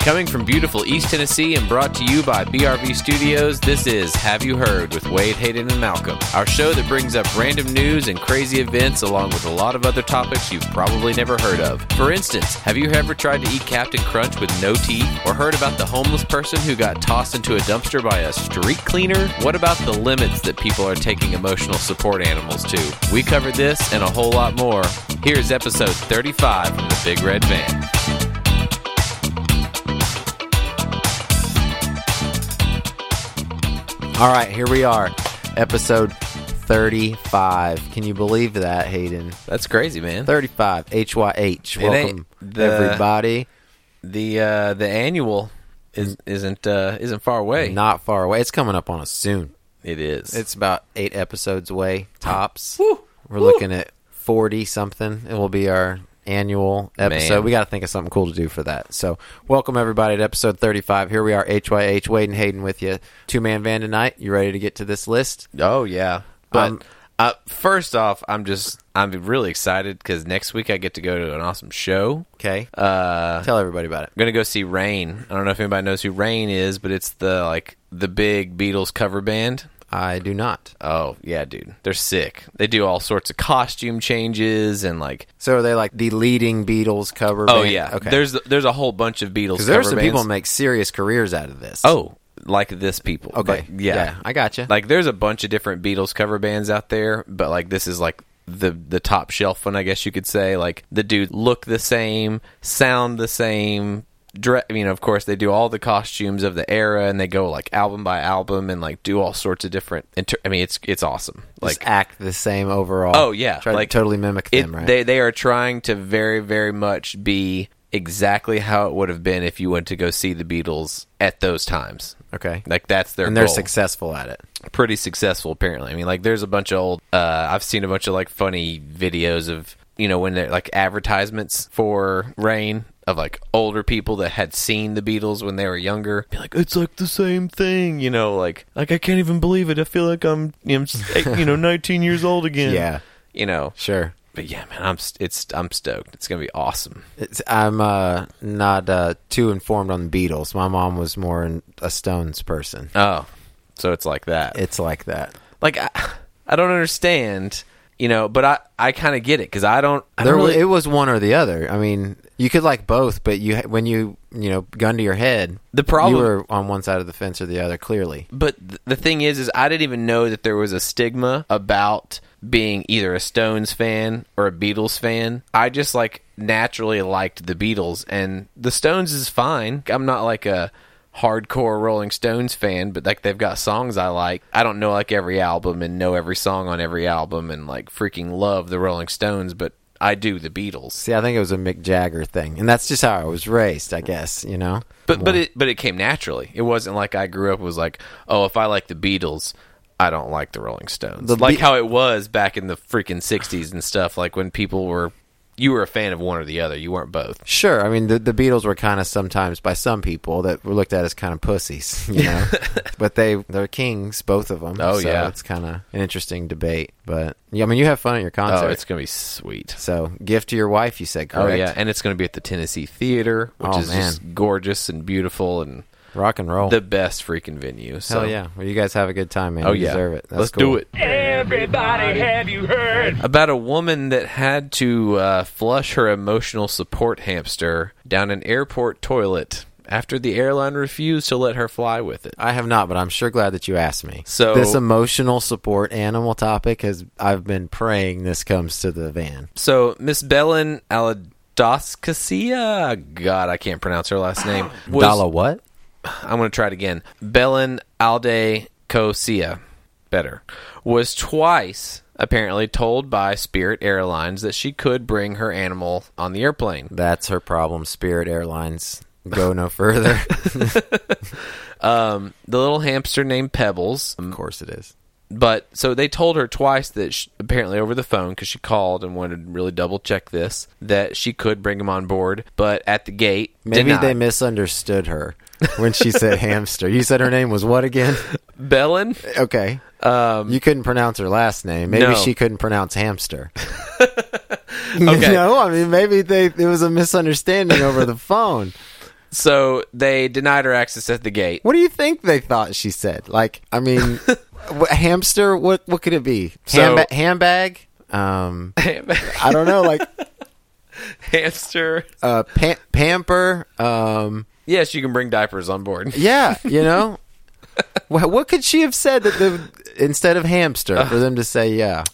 Coming from beautiful East Tennessee and brought to you by BRV Studios, this is Have You Heard with Wade Hayden and Malcolm, our show that brings up random news and crazy events along with a lot of other topics you've probably never heard of. For instance, have you ever tried to eat Captain Crunch with no teeth or heard about the homeless person who got tossed into a dumpster by a street cleaner? What about the limits that people are taking emotional support animals to? We covered this and a whole lot more. Here's episode 35 from the Big Red Van. All right, here we are. Episode 35. Can you believe that, Hayden? That's crazy, man. 35. HYH. It ain't Welcome, the- everybody. the uh the annual is isn't uh isn't far away Not far away. It's coming up on us soon. it is It's about eight episodes away, tops. We're looking at 40 something. It will be our annual episode. Man. We got to think of something cool to do for that. So, welcome everybody to episode 35. Here we are, HYH, Wade and Hayden with you. Two man van tonight. You ready to get to this list? oh yeah but Um, uh first off i'm just i'm really excited because next week i get to go to an awesome show Okay. uh Tell everybody about it. i'm gonna go see rain i don't know if anybody knows who rain is but it's the like the big beatles cover band I do not. oh yeah dude they're sick they do all sorts of costume changes and like So, are they like the leading Beatles cover oh band? yeah Okay. there's there's a whole bunch of beatles Because there are cover some bands. people who make serious careers out of this. oh like this people okay. Like, yeah I got you. like there's a bunch of different Beatles cover bands out there, but like this is like the the top shelf one, I guess you could say. Like the dude look the same, sound the same. Dre- I mean, of course, they do all the costumes of the era, and they go like album by album, and like do all sorts of different. Inter- I mean, it's it's awesome. Like Just act the same overall. Oh yeah, Try to totally mimic it- them, right? They they are trying to very very much be exactly how it would have been if you went to go see the Beatles at those times. okay. Like that's their and they're goal. successful at it. pretty successful apparently. I mean, like there's a bunch of old. Uh, I've seen a bunch of like funny videos of you know when they're like advertisements for Rain of like older people that had seen the Beatles when they were younger. Be like, it's like the same thing, you know, like like I can't even believe it. I feel like I'm you know, s- eight- you know 19 years old again. Yeah. you know. Sure. But yeah, man, I'm st- it's I'm stoked. It's gonna be awesome. It's, I'm uh, not uh, too informed on the Beatles. My mom was more an, a Stones person. Oh, so it's like that. It's like that. like I, I don't understand. You know, but I, I kind of get it because I don't. I There, don't wa- really- it was one or the other. I mean, you could like both, but you ha- when you you know gun to your head, The problem- you were on one side of the fence or the other. Clearly, But th- the thing is, is I didn't even know that there was a stigma about being either a Stones fan or a Beatles fan. I just like naturally liked the Beatles, and the Stones is fine. I'm not like a hardcore Rolling Stones fan, but like they've got songs I like. I don't know like every album and know every song on every album, and like freaking love the Rolling Stones, but I do the Beatles. see, I think it was a Mick Jagger thing, and that's just how I was raised. I guess you know. But but it but it came naturally. It wasn't like I grew up and was like, oh, if I like the Beatles, I don't like the Rolling Stones. The like Be- how it was back in the freaking '60s and stuff. Like when people were, you were a fan of one or the other. You weren't both. Sure, I mean the the Beatles were kind of sometimes by some people that were looked at as kind of pussies, you know. but they they're kings, both of them. Oh, so yeah. it's kind of an interesting debate. But yeah, I mean you have fun at your Oh, concert. it's gonna be sweet. so gift to your wife, you said correct? Oh yeah, and it's gonna be at the Tennessee Theater, which Oh, is just gorgeous and beautiful and rock and roll. the best freaking venue. So Hell yeah! Well, you guys have a good time, man. Oh you yeah, deserve it. That's Let's cool. do it. Everybody, have you heard? about a woman that had to uh, flush her emotional support hamster down an airport toilet after the airline refused to let her fly with it. I have not, but I'm sure glad that you asked me. So- this emotional support animal topic has I've been praying this comes to the van. So Miss Belen Aladoskasia, God, I can't pronounce her last name. was- Dala what? I'm going to try it again. Belen Aldecosia, better, was twice apparently told by Spirit Airlines that she could bring her animal on the airplane. That's her problem. Spirit Airlines. Go no further. The little hamster named Pebbles Mm. Um, Of course it is. But so they told her twice that sh apparently over the phone because she called and wanted to really double check this that she could bring him on board, but at the gate Maybe denied. they misunderstood her when she said hamster. You said her name was what again? Bellin. Okay. Um, you couldn't pronounce her last name. Maybe no. she couldn't pronounce hamster. Okay. No, I mean maybe they it was a misunderstanding over the phone. So they denied her access at the gate. What do you think they thought she said? Like, I mean, wh- hamster. What what could it be? So- Handba- handbag. Um, I don't know. Like Hamster. uh, pa- pamper. Um, Yes, you can bring diapers on board. yeah, you know. Wha- what could she have said that the instead of hamster for them to say yeah?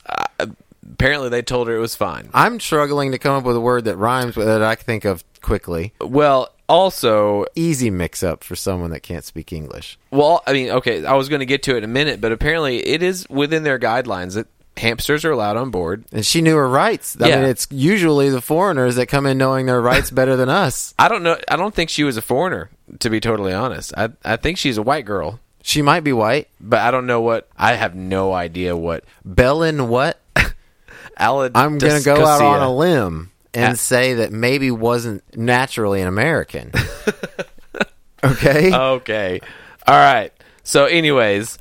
Apparently, they told her it was fine. I'm struggling to come up with a word that rhymes with that I can think of quickly. Well, also, Easy mix up for someone that can't speak English. well, I mean, okay, I was going to get to it in a minute, but apparently, it is within their guidelines that hamsters are allowed on board. And she knew her rights. I Yeah. mean, it's usually the foreigners that come in knowing their rights better than us. I don't know. I don't think she was a foreigner, to be totally honest. I I think she's a white girl, She might be white. but I don't know what. I have no idea what. Bellin what? Alad- I'm going to go out Discasia. on a limb and At- say that maybe wasn't naturally an American. okay? Okay. All right. So, anyways,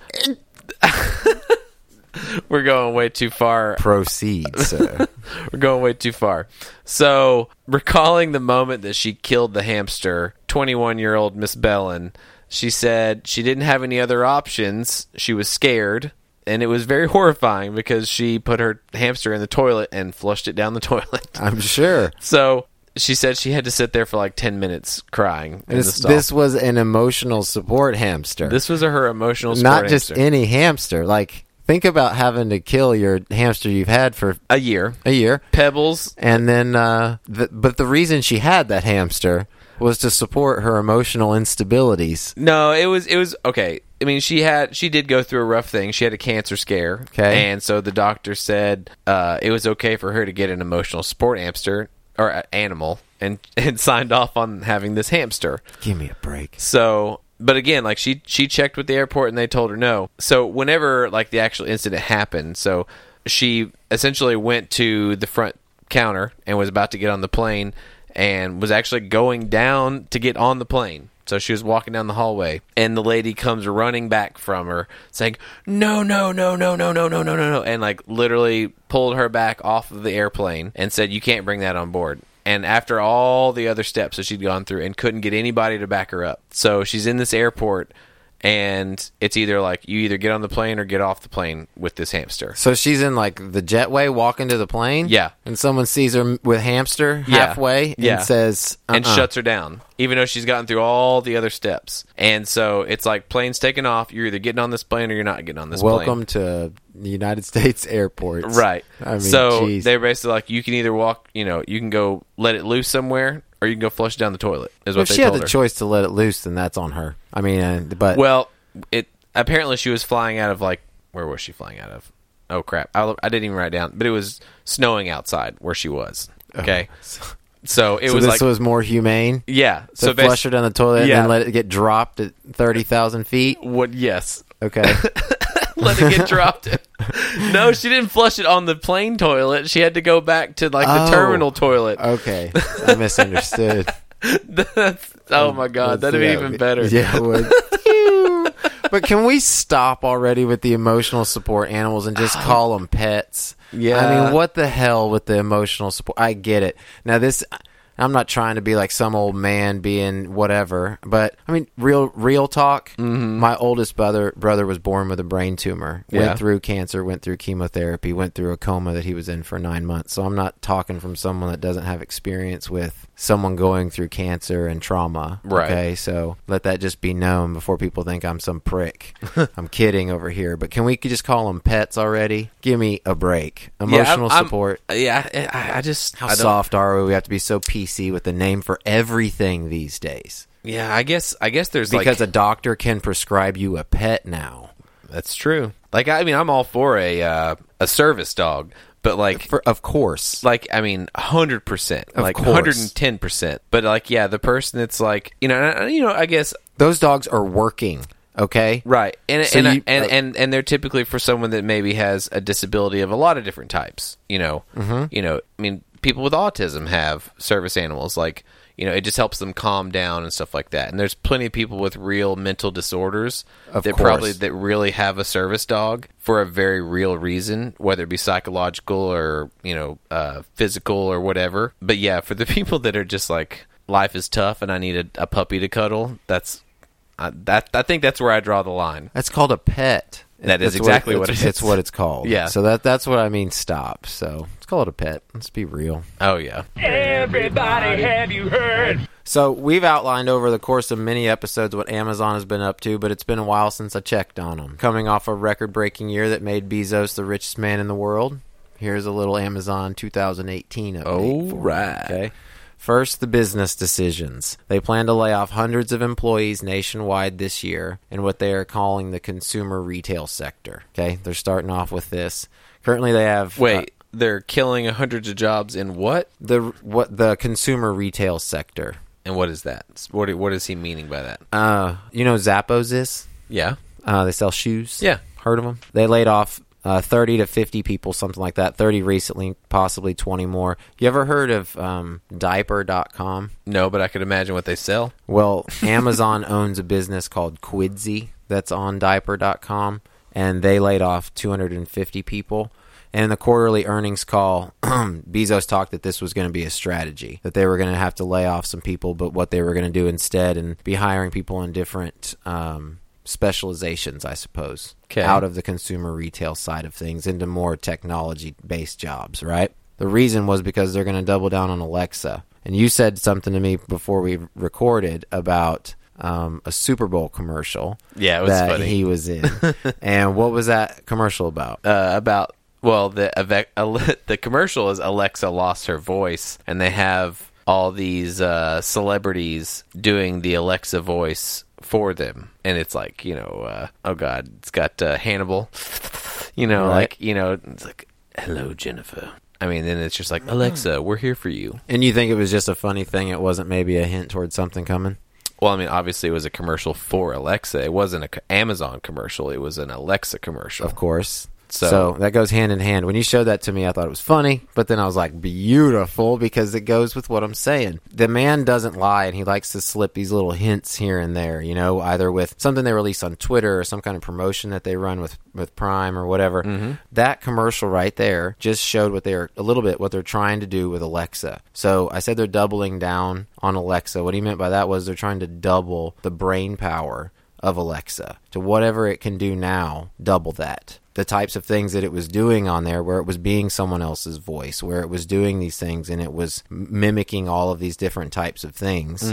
we're going way too far. Proceed, sir. We're going way too far. So, recalling the moment that she killed the hamster, 21 year old Miss Bellin, she said she didn't have any other options. She was scared. And it was very horrifying because she put her hamster in the toilet and flushed it down the toilet. I'm sure. So she said she had to sit there for like 10 minutes crying. in the This, stall. this was an emotional support hamster. This was her emotional Not support just hamster. any hamster. Like, think about having to kill your hamster you've had for a year. a year. Pebbles. And then, uh, th- but the reason she had that hamster was to support her emotional instabilities. No, it was it was okay. I mean, she had she did go through a rough thing. She had a cancer scare, Okay. and so the doctor said uh, it was okay for her to get an emotional support hamster or uh, animal, and and signed off on having this hamster. Give me a break. So, but again, like she she checked with the airport and they told her no. So whenever like the actual incident happened, so she essentially went to the front counter and was about to get on the plane and was actually going down to get on the plane. So she was walking down the hallway and the lady comes running back from her saying, "No, no, no, no, no, no, no, no, no, no." And like literally pulled her back off of the airplane and said, "You can't bring that on board." and after all the other steps that she'd gone through and couldn't get anybody to back her up. So she's in this airport and it's either like you either get on the plane or get off the plane with this hamster. So she's in like the jetway walking to the plane. Yeah. And someone sees her m- with hamster Yeah. halfway and Yeah. says, uh And shuts her down, even though she's gotten through all the other steps. And so it's like planes taking off. You're either getting on this plane or you're not getting on this plane. Welcome to the United States airports. Right. I mean, so geez. they're basically like, you can either walk, you know, you can go let it loose somewhere or you can go flush it down the toilet, is what if they she had told the her. choice to let it loose, then that's on her. I mean, uh, but Well, it apparently she was flying out of like where was she flying out of? Oh crap! I, I didn't even write down, but it was snowing outside where she was. Okay, so it Oh. so was this like was more humane. yeah. So, So flush her basically, down the toilet and Yeah. then let it get dropped at 30,000 feet. what? Yes, Okay. let it get dropped. no, she didn't flush it on the plane toilet. She had to go back to like the Oh. terminal toilet. okay. I misunderstood. That's, oh my god, that'd be Yeah, even better. Yeah, it would. but can we stop already with the emotional support animals and just call them pets? Uh, Yeah. I mean, what the hell with the emotional support? I get it. Now, this. I'm not trying to be like some old man being whatever, but I mean, real real talk. My oldest brother brother was born with a brain tumor, Mm-hmm. Yeah. went through cancer, went through chemotherapy, went through a coma that he was in for nine months. So I'm not talking from someone that doesn't have experience with someone going through cancer and trauma. Right. Okay, so let that just be known before people think I'm some prick. I'm kidding over here, but can we just call them pets already? Give me a break. Yeah, I'm- Emotional I'm- support. yeah, I- I, I just How I don't- soft are we? We have to be so PC with the name for everything these days. Yeah, I guess I guess there's like Because a doctor can prescribe you a pet now. That's true. Like I mean, I'm all for a uh, a service dog, but like For, of course. like I mean, hundred percent, like course. hundred and ten percent. But like, yeah, the person that's like you know, and I- you know, I guess Those dogs are working. Okay. Right. And So and, you- and, uh, and and they're typically for someone that maybe has a disability of a lot of different types, you know. You know, I mean people with autism have service animals like you know, it just helps them calm down and stuff like that. And there's plenty of people with real mental disorders Of that course. probably that really have a service dog for a very real reason, whether it be psychological or you know uh, physical or whatever. But yeah, for the people that are just like life is tough and I need a, a puppy to cuddle, that's uh, that I think that's where I draw the line. That's called a pet. That is That's exactly what it's, it It's is. what it's called. Yeah. So that that's what I mean. Stop. So let's call it a pet. Let's be real. Oh yeah, Everybody, have you heard? So we've outlined over the course of many episodes what Amazon has been up to, but it's been a while since I checked on them. Coming off a record-breaking year that made Bezos the richest man in the world, here's a little Amazon 2018 update. All for you, right. Okay. First, the business decisions. They plan to lay off hundreds of employees nationwide this year in what they are calling the consumer retail sector. Okay, they're starting off with this. Currently, they have wait, uh, they're killing hundreds of jobs in what? the what the consumer retail sector. And what is that? What what is he meaning by that? Uh, you know Zappos is. yeah, Uh, they sell shoes. Yeah. heard of them? They laid off uh, thirty to fifty people, something like that. Thirty recently, possibly twenty more. You ever heard of um, Diaper.com? no, but I could imagine what they sell. Well, Amazon owns a business called Quidsy that's on Diaper.com, and they laid off two hundred and fifty people. And in the quarterly earnings call, Bezos talked that this was going to be a strategy, that they were going to have to lay off some people, but what they were going to do instead and be hiring people in different um, specializations, I suppose, 'Kay. out of the consumer retail side of things into more technology based jobs, right? The reason was because they're going to double down on Alexa. And you said something to me before we recorded about um, a Super Bowl commercial. Yeah, it was that funny. he was in. and what was that commercial about? uh, about well the eve- Ale- the commercial is Alexa lost her voice and they have all these uh, celebrities doing the Alexa voice for them and it's like you know uh, oh god it's got uh, Hannibal you know Right. like you know it's like hello Jennifer I mean then it's just like Alexa we're here for you And you think it was just a funny thing? It wasn't maybe a hint towards something coming? well I mean obviously it was a commercial for Alexa it wasn't a co- Amazon commercial it was an Alexa commercial Of course. So- So, that goes hand in hand. When you showed that to me, I thought it was funny, but then I was like, beautiful, because it goes with what I'm saying. The man doesn't lie, and he likes to slip these little hints here and there, you know, either with something they release on Twitter or some kind of promotion that they run with, with Prime or whatever. That commercial right there just showed what they're a little bit what they're trying to do with Alexa. So I said they're doubling down on Alexa. What he meant by that was they're trying to double the brain power of Alexa to whatever it can do now, double that. The types of things that it was doing on there, where it was being someone else's voice, where it was doing these things and it was mimicking all of these different types of things.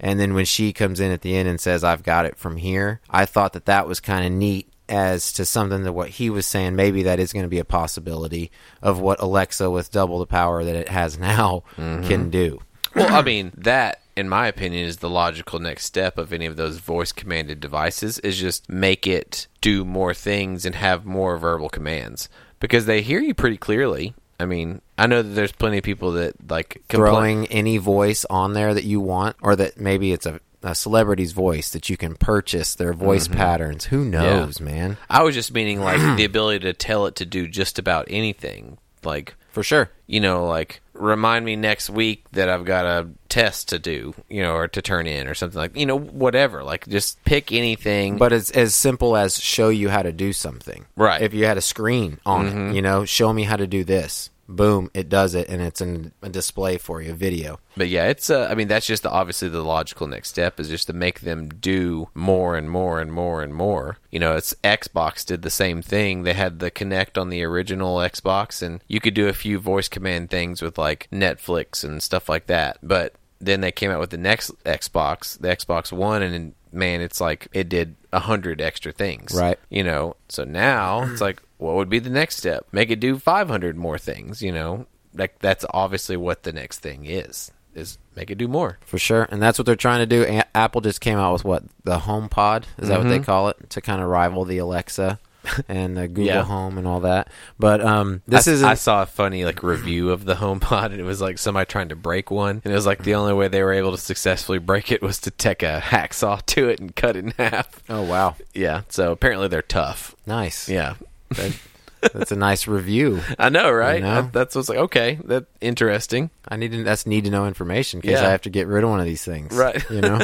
And then when she comes in at the end and says, I've got it from here, I thought that that was kind of neat as to something that what he was saying. Maybe that is going to be a possibility of what Alexa, with double the power that it has now, can do. Well, I mean, that in my opinion is the logical next step of any of those voice commanded devices is just make it do more things and have more verbal commands because they hear you pretty clearly. I mean, I know that there's plenty of people that like compla- throwing any voice on there that you want, or that maybe it's a, a celebrity's voice that you can purchase their voice Mm-hmm. patterns. Who knows, man? I was just meaning like the ability to tell it to do just about anything. Like For sure. you know, like remind me next week that I've got a test to do, you know, or to turn in or something like, you know, whatever. Like just pick anything. But it's as simple as show you how to do something. Right. Mm-hmm. If you had a screen on it, you know, show me how to do this. Boom, it does it, and it's in a display for you, a video. But yeah, it's. Uh, I mean, that's just the, obviously the logical next step is just to make them do more and more and more and more. You know, it's Xbox did the same thing. They had the Connect on the original Xbox, and you could do a few voice command things with like Netflix and stuff like that. But then they came out with the next Xbox, the Xbox One, and then, man, it's like it did a hundred extra things. Right. You know, so now it's like, what would be the next step? Make it do 500 more things, you know? Like, that's obviously what the next thing is, is make it do more. For sure, and that's what they're trying to do. Mm-hmm. A- Apple just came out with what the Home Pod is that what they call it to kind of rival the Alexa. and uh, Google Yeah. Home and all that. But um, this I, is I saw a funny like review of the HomePod, and it was like somebody trying to break one, and it was like the only way they were able to successfully break it was to take a hacksaw to it and cut it in half. oh wow, Yeah, so apparently they're tough. nice. Yeah, That- that's a nice review. I know, right? I know. That- that's what's like okay, that interesting. I need to, that's need to know information in case Yeah. I have to get rid of one of these things, Right. You know.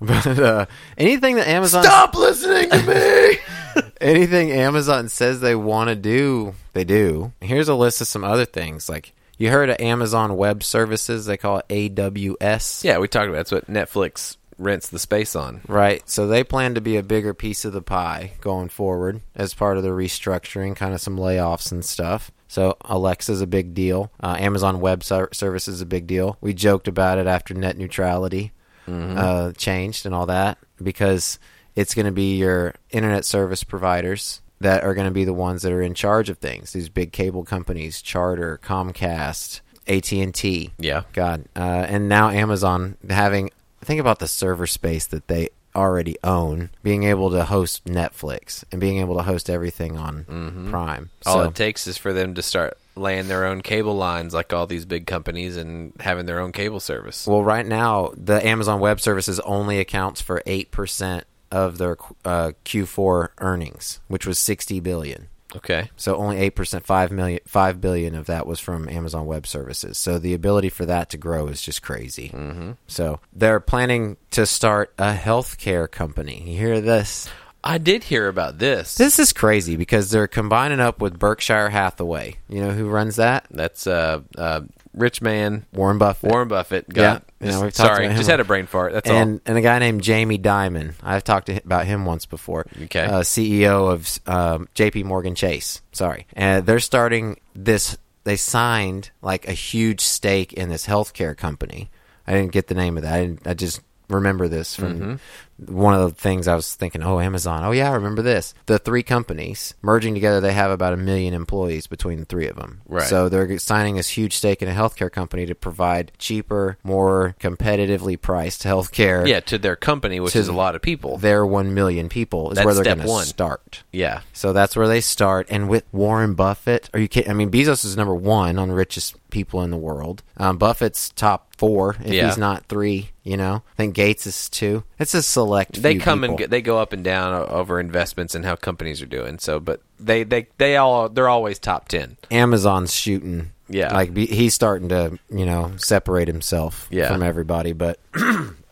but uh, anything that Amazon Stop listening to me. anything Amazon says they want to do, they do. Here's a list of some other things. Like you heard of Amazon Web Services, they call it AWS. yeah, we talked about it. that's what Netflix rents the space on. Right. So they plan to be a bigger piece of the pie going forward as part of the restructuring, kind of some layoffs and stuff. So Alexa's a big deal. Uh, Amazon Web Ser- Services is a big deal. We joked about it after net neutrality uh, changed and all that because it's going to be your internet service providers that are going to be the ones that are in charge of things. These big cable companies, Charter, Comcast, AT and T. Yeah. God. Uh, and now Amazon having think about the server space that they already own, being able to host Netflix and being able to host everything on Prime. All so, it takes is for them to start laying their own cable lines like all these big companies and having their own cable service. well, right now the Amazon Web Services only accounts for eight percent of their uh, Q4 earnings, which was sixty billion. Okay. So only eight percent, five million, five billion of that was from Amazon Web Services. So the ability for that to grow is just crazy. Mm-hmm. So they're planning to start a healthcare company. You hear this? I did hear about this. This is crazy because they're combining up with Berkshire Hathaway. You know who runs that? That's uh, uh rich man Warren Buffett. Warren Buffett. Yeah. Got, Yeah, we've talked sorry, about him. just had a brain fart. That's and and a guy named Jamie Dimon. I've talked to hi- about him once before. Okay. uh, CEO of um, J.P. Morgan Chase. Sorry, and they're starting this. They signed like a huge stake in this healthcare company. I didn't get the name of that. I, didn't, I just remember this from Mm-hmm. one of the things I was thinking. Oh, Amazon. Oh yeah, I remember this. The three companies merging together, they have about a million employees between the three of them. Right. So so they're signing this huge stake in a healthcare company to provide cheaper, more competitively priced healthcare. all. Yeah, to their company, which To- is a lot of people. Their 1 million people is That's where they're step going to one. start. yeah. So that's where they start. And with Warren Buffett, are you kidding? I mean, Bezos is number one on richest people in the world. Um, Buffett's top four, if Yeah. he's not three, you know? I think Gates is two. It's a select They few come people. and get, they go up and down o- over investments and how companies are doing. So, but they they they all they're always top ten. Amazon's shooting. Yeah. Like be, he's starting to, you know, separate himself Yeah. from everybody, but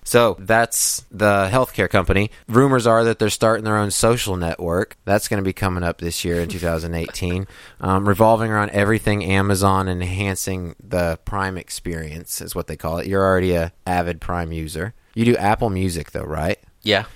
So that's the healthcare company. Rumors are that they're starting their own social network. That's going to be coming up this year in 2018, um, revolving around everything Amazon and enhancing the Prime experience is what they call it. You're already a avid Prime user. You do Apple Music though, right? Yeah,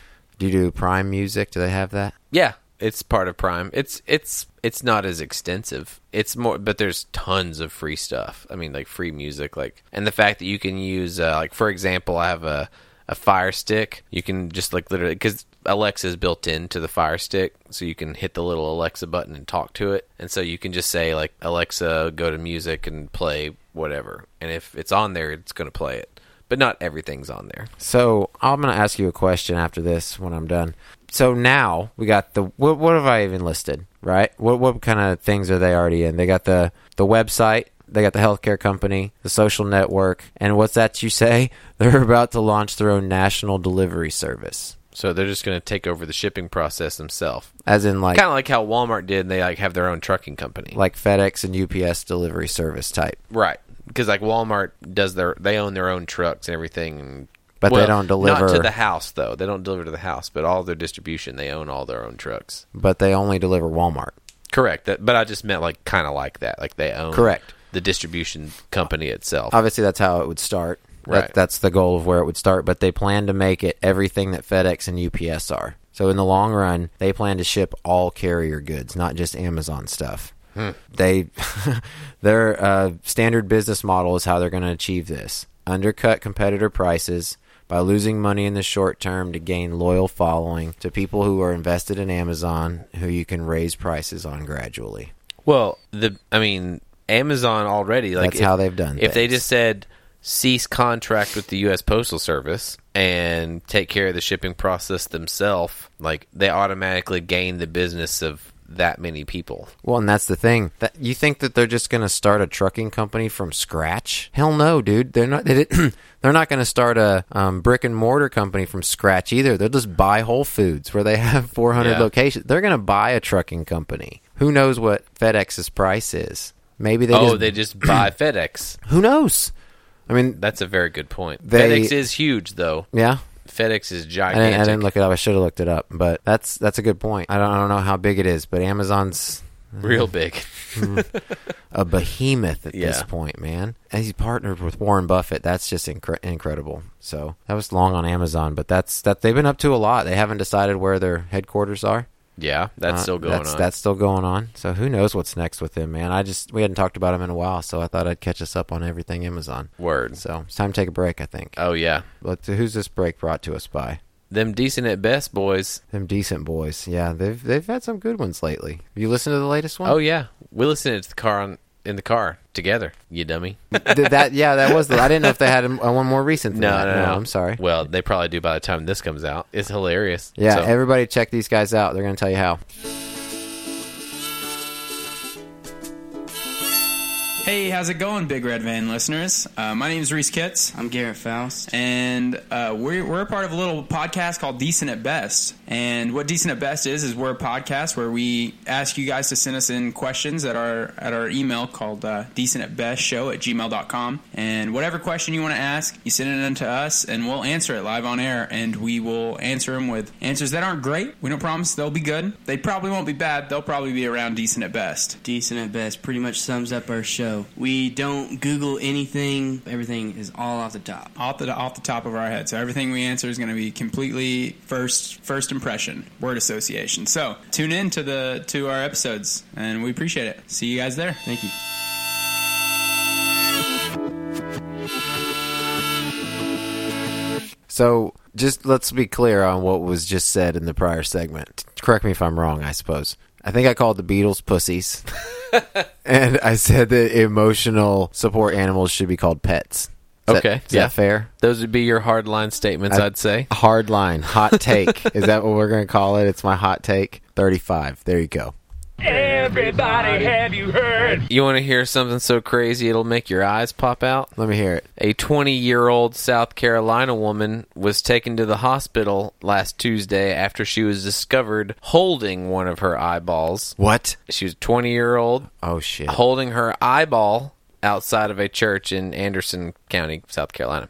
Do you do Prime Music? Do they have that? yeah. It's part of Prime. It's it's it's not as extensive. It's more, but there's tons of free stuff. I mean, like free music, like and the fact that you can use uh, like for example, I have a a Fire Stick. You can just like literally because Alexa is built into the Fire Stick, so you can hit the little Alexa button and talk to it, and so you can just say like Alexa, go to music and play whatever, and if it's on there, it's gonna play it. But not everything's on there. So I'm going to ask you a question after this when I'm done. So now we got the what, what have I even listed? Right? What what kind of things are they already in? They got the the website. They got the healthcare company, the social network, and what's that you say? They're about to launch their own national delivery service. So they're just gonna take over the shipping process themselves. As in like kind of like how Walmart did. They like have their own trucking company, like FedEx and UPS delivery service type. right? Because like Walmart does their they own their own trucks and everything. And, But they don't deliver- not to the house though. They don't deliver to the house, but all their distribution they own all their own trucks. But they only deliver Walmart. Correct. That, but I just meant like kind of like that. Like they own Correct. the distribution company itself. obviously that's how it would start. That- Right. that's the goal of where it would start, but they plan to make it everything that FedEx and UPS are. So in the long run, they plan to ship all carrier goods, not just Amazon stuff. Hmm. They their uh, standard business model is how they're going to achieve this: undercut competitor prices by losing money in the short term to gain loyal following to people who are invested in Amazon, who you can raise prices on gradually. Well, the I mean Amazon already like That's how they've done If they things. just said cease contract with the U.S. Postal Service and take care of the shipping process themselves, like they automatically gain the business of that many people. Well, and that's the thing. That you think that they're just going to start a trucking company from scratch? Hell no, dude. They're not. They didn't, they're not going to start a um, brick and mortar company from scratch either. They'll just buy Whole Foods where they have 400 Yeah. locations. They're going to buy a trucking company. Who knows what FedEx's price is? Maybe they. oh, just, they just buy FedEx. Who knows? I mean, That's a very good point. They- FedEx is huge, though. yeah. FedEx is I didn't, gigantic. I didn't look it up. I should have looked it up, but that's that's a good point. I don't, I don't know how big it is, but Amazon's Real big. a behemoth at this Yeah. point, man. And he's partnered with Warren Buffett. That's just incre- incredible. So that was long on Amazon, but that's that they've been up to a lot. They haven't decided where their headquarters are. Yeah, that's Uh, still going that's, on. That's still going on. So who knows what's next with him, man? I just we hadn't talked about him in a while, so I thought I'd catch us up on everything Amazon. Word. So it's time to take a break, I think. Oh, yeah. But who's this break brought to us by? Them decent at best boys. Them decent boys. Yeah, they've they've had some good ones lately. Have you listened to the latest one? Oh, yeah. We listened to the car on, in the car together, you dummy. Th- that yeah, that was. The, I didn't know if they had a, a one more recent. Than that. I'm sorry. Well, they probably do by the time this comes out. It's hilarious. Yeah, So, everybody check these guys out. They're going to tell you how. Hey, how's it going, Big Red Van listeners? Uh, my name is Reese Kitts, I'm Garrett Faust. and uh, we're, we're a part of a little podcast called Decent at Best. And what Decent at Best is is we're a podcast where we ask you guys to send us in questions at our at our email called uh, Decent at Best Show at gmail.com. And whatever question you want to ask, you send it in to us, and we'll answer it live on air. And we will answer them with answers that aren't great. We don't promise they'll be good. They probably won't be bad. They'll probably be around decent at best. Decent at best pretty much sums up our show. We don't Google anything, everything is all off the top. off the off the top of our head. So everything we answer is going to be completely first first impression, word association. So tune in to the to our episodes, and we appreciate it. See you guys there. Thank you. So, just let's be clear on what was just said in the prior segment. Correct me if I'm wrong, I suppose. I think I called the Beatles pussies. and I said that emotional support animals should be called pets. Is that- Okay, is yeah. that fair? Those would be your hard line statements, I- I'd say. Hard line, hot take. is that what we're going to call it? It's my hot take. 35. There you go. Everybody, have you heard? You want to hear something so crazy it'll make your eyes pop out? Let me hear it. A 20 year old South Carolina woman was taken to the hospital last Tuesday after she was discovered holding one of her eyeballs. What? She was 20 year old Oh, shit. holding her eyeball outside of a church in Anderson County, South Carolina.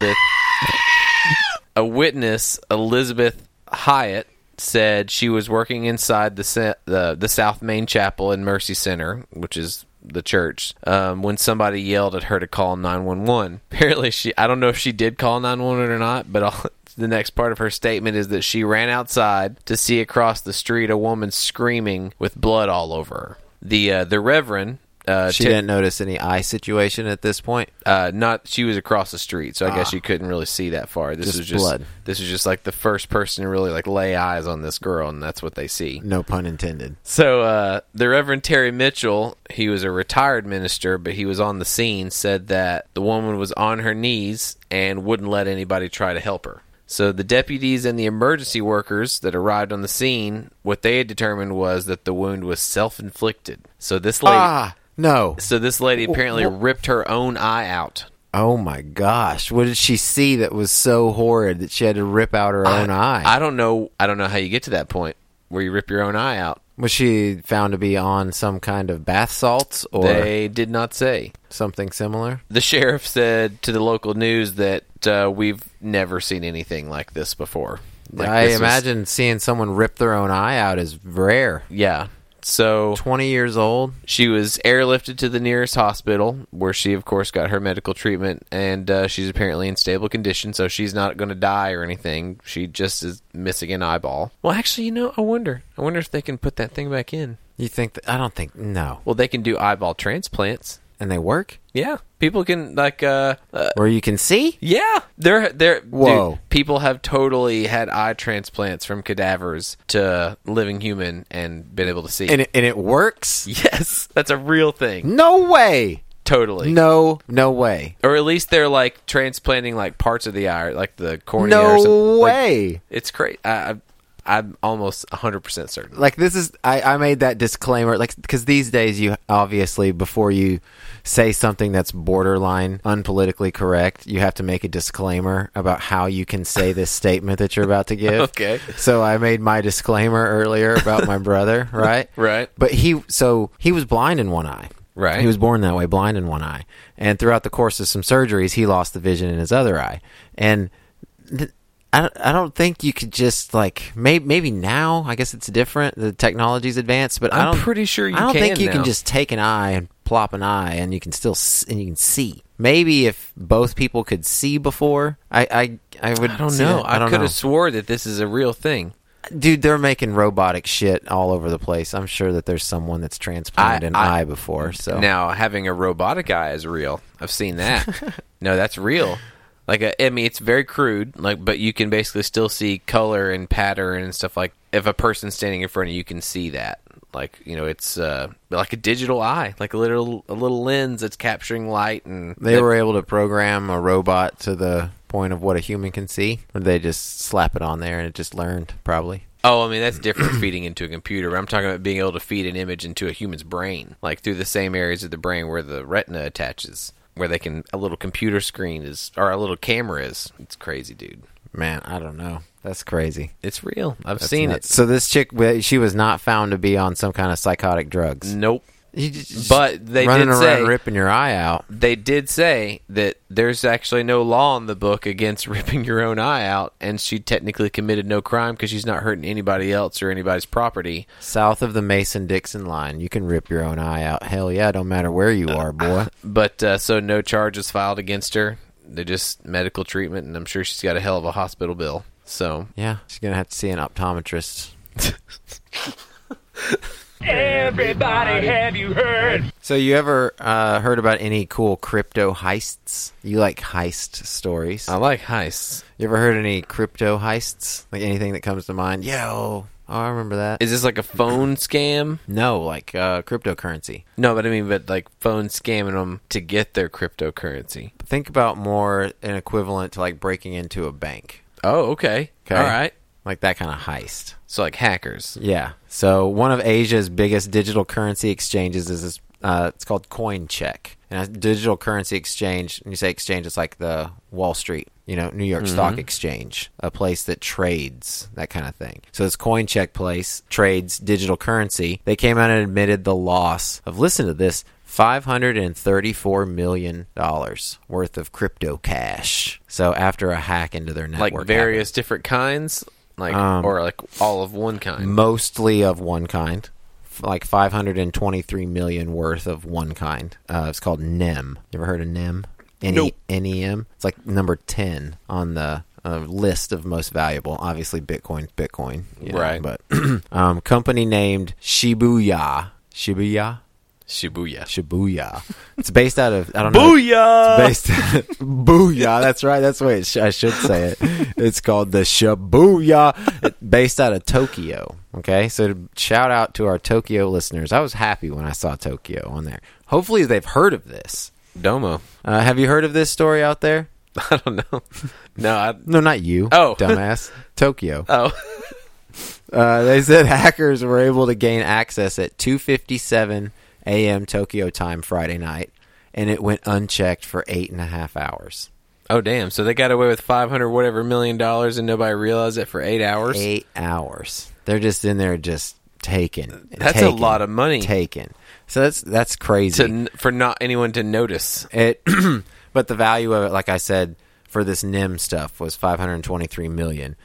a witness, Elizabeth Hyatt, said she was working inside the sa- the, the South Main Chapel in Mercy Center, which is the church, um, when somebody yelled at her to call 911. Apparently, she I don't know if she did call 911 or not, but all, the next part of her statement is that she ran outside to see across the street a woman screaming with blood all over her. The uh, the Reverend. Uh, She Tim- didn't notice any eye situation at this point. uh, not she was across the street, so I guess you couldn't really see that far. This Ah. Just was just blood. this was just like the first person to really like lay eyes on this girl, and that's what they see. No pun intended. So uh, the Reverend Terry Mitchell, he was a retired minister, but he was on the scene, said that the woman was on her knees and wouldn't let anybody try to help her. So the deputies and the emergency workers that arrived on the scene, what they had determined was that the wound was self-inflicted. So this lady, Ah, no. so this lady apparently wh- ripped her own eye out. Oh my gosh. What did she see that was so horrid that she had to rip out her own eye? I don't know. I don't know how you get to that point where you rip your own eye out. was she found to be on some kind of bath salts or they did not say. something similar? The sheriff said to the local news that uh, we've never seen anything like this before. Like, I this was- imagine seeing someone rip their own eye out is rare. yeah. So 20 years old. she was airlifted to the nearest hospital, where she, of course, got her medical treatment, and uh, she's apparently in stable condition. So she's not going to die or anything. She just is missing an eyeball. Well, actually, you know, I wonder. I wonder if they can put that thing back in. You think that, I don't think no. Well, they can do eyeball transplants. And they work? Yeah, people can like uh, uh Where you can see? yeah, they're they're Whoa. dude, people have totally had eye transplants from cadavers to living human and been able to see. And it, and it works? yes, that's a real thing. No way. Totally. No, no way. Or at least they're like transplanting like parts of the eye, like the cornea. or No something. Like, way. it's crazy. I, I I'm almost 100% certain. like this is I, I made that disclaimer like because these days you obviously before you say something that's borderline unpolitically correct you have to make a disclaimer about how you can say this statement that you're about to give Okay. so i made my disclaimer earlier about my brother right Right. but he so he was blind in one eye Right. he was born that way blind in one eye and throughout the course of some surgeries he lost the vision in his other eye and I don't, I don't think you could just like maybe maybe now I guess it's different the technology's advanced but I I'm don't, pretty sure you I don't can think you now. can just take an eye and plop an eye and you can still s- and you can see maybe if both people could see before I I, I would I don't see know. that. Oh, I, don't could know. have swore that this is a real thing. dude they're making robotic shit all over the place I'm sure that there's someone that's transplanted I- an I- eye before so Now, having a robotic eye is real. I've seen that. no, that's real. Like, a, I mean, it's very crude, like, but you can basically still see color and pattern and stuff like if a person's standing in front of you, you can see that. Like, you know, it's uh, like a digital eye, like a little a little lens that's capturing light and they were able to program a robot to the point of what a human can see or they just slap it on there and it just learned probably Oh, I mean that's different feeding into a computer. But I'm talking about being able to feed an image into a human's brain, like through the same areas of the brain where the retina attaches, where they can a little computer screen is or a little camera is. It's crazy, dude. man I don't know that's crazy It's real. I've seen Nuts. So this chick, wa- she was not found to be on some kind of psychotic drugs. it. Nope. You just- But they running did around say- ripping your eye out. They did say that there's actually no law in the book against ripping your own eye out, and she technically committed no crime because she's not hurting anybody else or anybody's property. South of the Mason Dixon line, you can rip your own eye out. Hell yeah, don't matter where you are, boy. But uh, so no charges filed against her. They just medical treatment, and I'm sure she's got a hell of a hospital bill. So Yeah, she's gonna have to see an optometrist. Everybody, have you heard? So you ever uh, heard about any cool crypto heists? You like heist stories? I like heists. You ever heard any crypto heists? Like anything that comes to mind? Yo, oh, I remember that. Is this like a phone scam? no, like uh, cryptocurrency. No, but I mean, but like phone scamming them to get their cryptocurrency. Think about more an equivalent to like breaking into a bank. Oh, okay. Okay. All right. like that kind of heist. So like hackers. Yeah. So one of Asia's biggest digital currency exchanges is this. Uh, it's called CoinCheck, and a digital currency exchange. When you say exchange, it's like the Wall Street, you know, New York Stock Exchange, a place that trades that kind of thing. So this CoinCheck place trades digital currency. They came out and admitted the loss of. Listen to this. $534 million worth of crypto cash. So, after a hack into their network, Like happened. various different kinds, like Um, or like all of one kind. mostly of one kind, F- like 523 million worth of one kind. Uh, it's called NEM. You ever heard of NEM? N E- Nope. NEM. It's like number 10 on the uh, list of most valuable. Obviously, Bitcoin, Bitcoin, you know, Right. But um, company named Shibuya. Shibuya. Shibuya. Shibuya. It's based out of I don't know. Booyah! It's based Booyah. That's right. That's the way it sh- I should say it. It's called the Shibuya. It's based out of Tokyo. Okay, so to shout out to our Tokyo listeners. I was happy when I saw Tokyo on there. Hopefully, they've heard of this. Domo. Uh, have you heard of this story out there? I don't know. No. I, No, not you. Oh. dumbass. Tokyo. oh. Uh, they said hackers were able to gain access at 2:57 a.m. Tokyo time Friday night, and it went unchecked for eight and a half hours. Oh damn! So they got away with five hundred whatever million dollars, and nobody realized it for eight hours. Eight hours. They're just in there, just taking. That's a taking, lot of money. Taken. So that's that's crazy. to n- for not anyone to notice. It, but the value of it, like I said, for this Nim stuff was 523 million.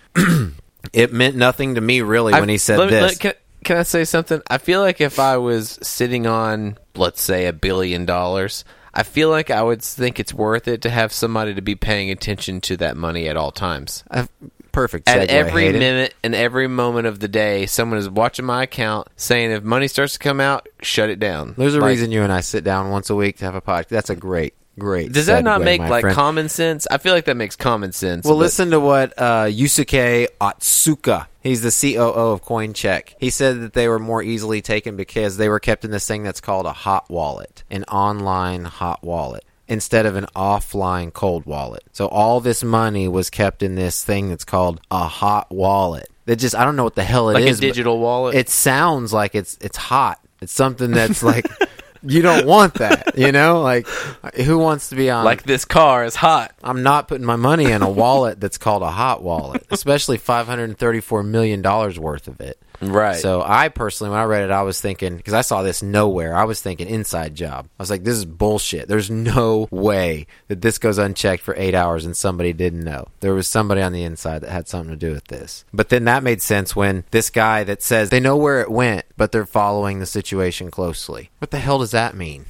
it meant nothing to me really when I- he said let me- this. let- can, can I say something? I feel like if I was sitting on, let's say, a billion dollars, I feel like I would think it's worth it to have somebody to be paying attention to that money at all times. Uh, perfect. At segue, every Hayden. minute and every moment of the day, someone is watching my account, saying if money starts to come out, shut it down. There's a Like, reason you and I sit down once a week to have a podcast. That's a great, great. Does that not segue, make my like friend. common sense? I feel like that makes common sense. Well, but- listen to what uh, Yusuke Otsuka. He's the COO of CoinCheck. He said that they were more easily taken because they were kept in this thing that's called a hot wallet, an online hot wallet, instead of an offline cold wallet. So all this money was kept in this thing that's called a hot wallet. That just I don't know what the hell it is. Like a but digital wallet? It sounds like it's it's hot. It's something that's like you don't want that. You know, like who wants to be on? Like this car is hot. I'm not putting my money in a wallet that's called a hot wallet, especially 534 million dollars worth of it. Right. So I personally, when I read it, I was thinking because I saw this nowhere. I was thinking inside job. I was like, this is bullshit. There's no way that this goes unchecked for eight hours and somebody didn't know. There was somebody on the inside that had something to do with this. But then that made sense when this guy that says they know where it went, but they're following the situation closely. What the hell does that mean?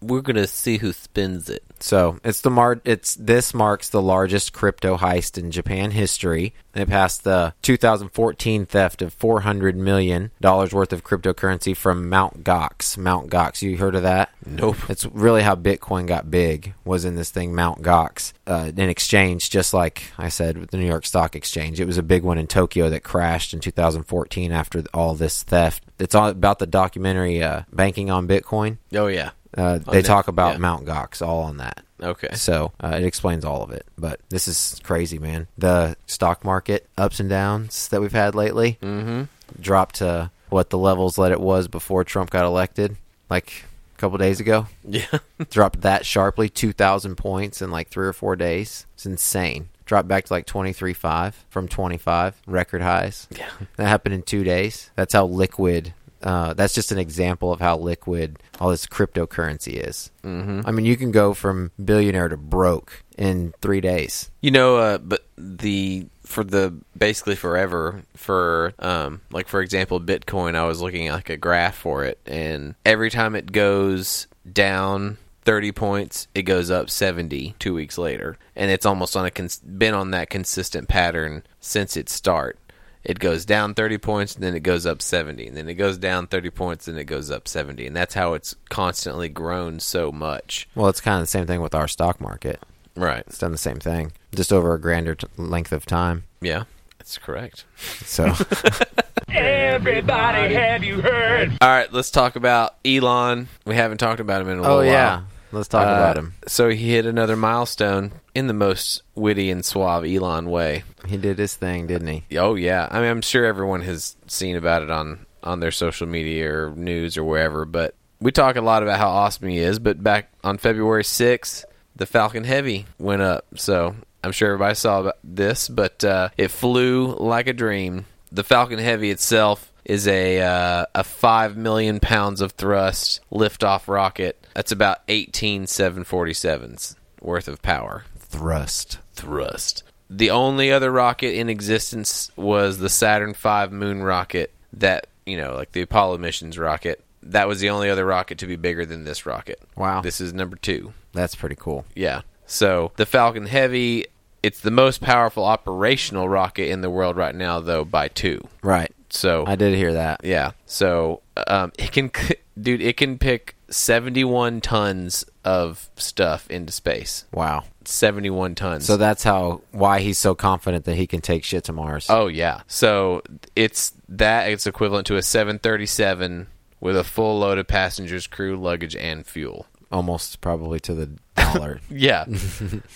We're gonna see who spins it. So it's the mar. It's this marks the largest crypto heist in Japan history. And it passed the 2014 theft of 400 million dollars worth of cryptocurrency from Mount Gox. Mount Gox, you heard of that? Nope. It's really how Bitcoin got big was in this thing Mount Gox, uh, an exchange. Just like I said with the New York Stock Exchange, it was a big one in Tokyo that crashed in 2014 after all this theft. It's all about the documentary uh, "Banking on Bitcoin." Oh yeah. Uh, they Net- talk about yeah. Mount Gox all on that. Okay. So uh, it explains all of it. But this is crazy, man. The stock market ups and downs that we've had lately mm-hmm. dropped to what the levels that it was before Trump got elected, like a couple days ago. Yeah. dropped that sharply, 2,000 points in like three or four days. It's insane. Dropped back to like 23.5 from 25, record highs. Yeah. That happened in two days. That's how liquid. Uh, that's just an example of how liquid all this cryptocurrency is. Mm-hmm. I mean, you can go from billionaire to broke in three days. You know, uh, but the for the basically forever for um like for example Bitcoin, I was looking at like a graph for it, and every time it goes down. 30 points it goes up 70 two weeks later and it's almost on a cons- been on that consistent pattern since its start it goes down 30 points and then it goes up 70 and then it goes down 30 points and it goes up 70 and that's how it's constantly grown so much Well, it's kind of the same thing with our stock market. right It's done the same thing, just over a grander t- length of time. yeah that's correct So. oh, Everybody, have you heard? All right, let's talk about Elon. We haven't talked about him in a little Oh while. yeah, let's talk Uh, about him. So he hit another milestone in the most witty and suave Elon way. He did his thing, didn't he? Oh yeah, I mean I'm sure everyone has seen about it on on their social media or news or wherever. But we talk a lot about how awesome he is. But back on February 6th, the Falcon Heavy went up. So I'm sure everybody saw about this, but uh, it flew like a dream. The Falcon Heavy itself is a uh, a five million pounds of thrust liftoff rocket. That's about 18 747s worth of power Thrust. thrust. The only other rocket in existence was the Saturn V moon rocket that, you know, like the Apollo missions rocket. That was the only other rocket to be bigger than this rocket. Wow. This is number two. That's pretty cool. Yeah. So the Falcon Heavy, it's the most powerful operational rocket in the world right now, though, by two. Right. So I did hear that. yeah. So um, it can, dude, it can pick 71 tons of stuff into space. Wow. 71 tons. So that's how why he's so confident that he can take shit to Mars. Oh yeah. So it's that it's equivalent to a 737 with a full load of passengers, crew, luggage and fuel. Almost probably to the dollar. Yeah.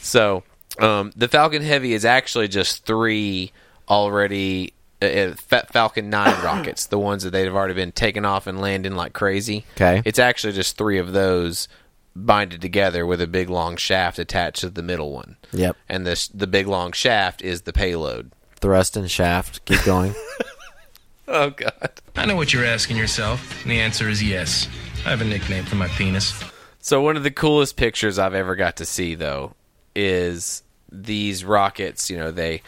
so um, the Falcon Heavy is actually just three already uh, uh, Fa- Falcon 9 rockets, the ones that they've already been taking off and landing like crazy. Okay. It's actually just three of those binded together with a big long shaft attached to the middle one. Yep. And this the big long shaft is the payload. Thrust and shaft. Keep going. Oh god. I know what you're asking yourself, and the answer is yes. I have a nickname for my penis. So one of the coolest pictures I've ever got to see though is these rockets, you know, they,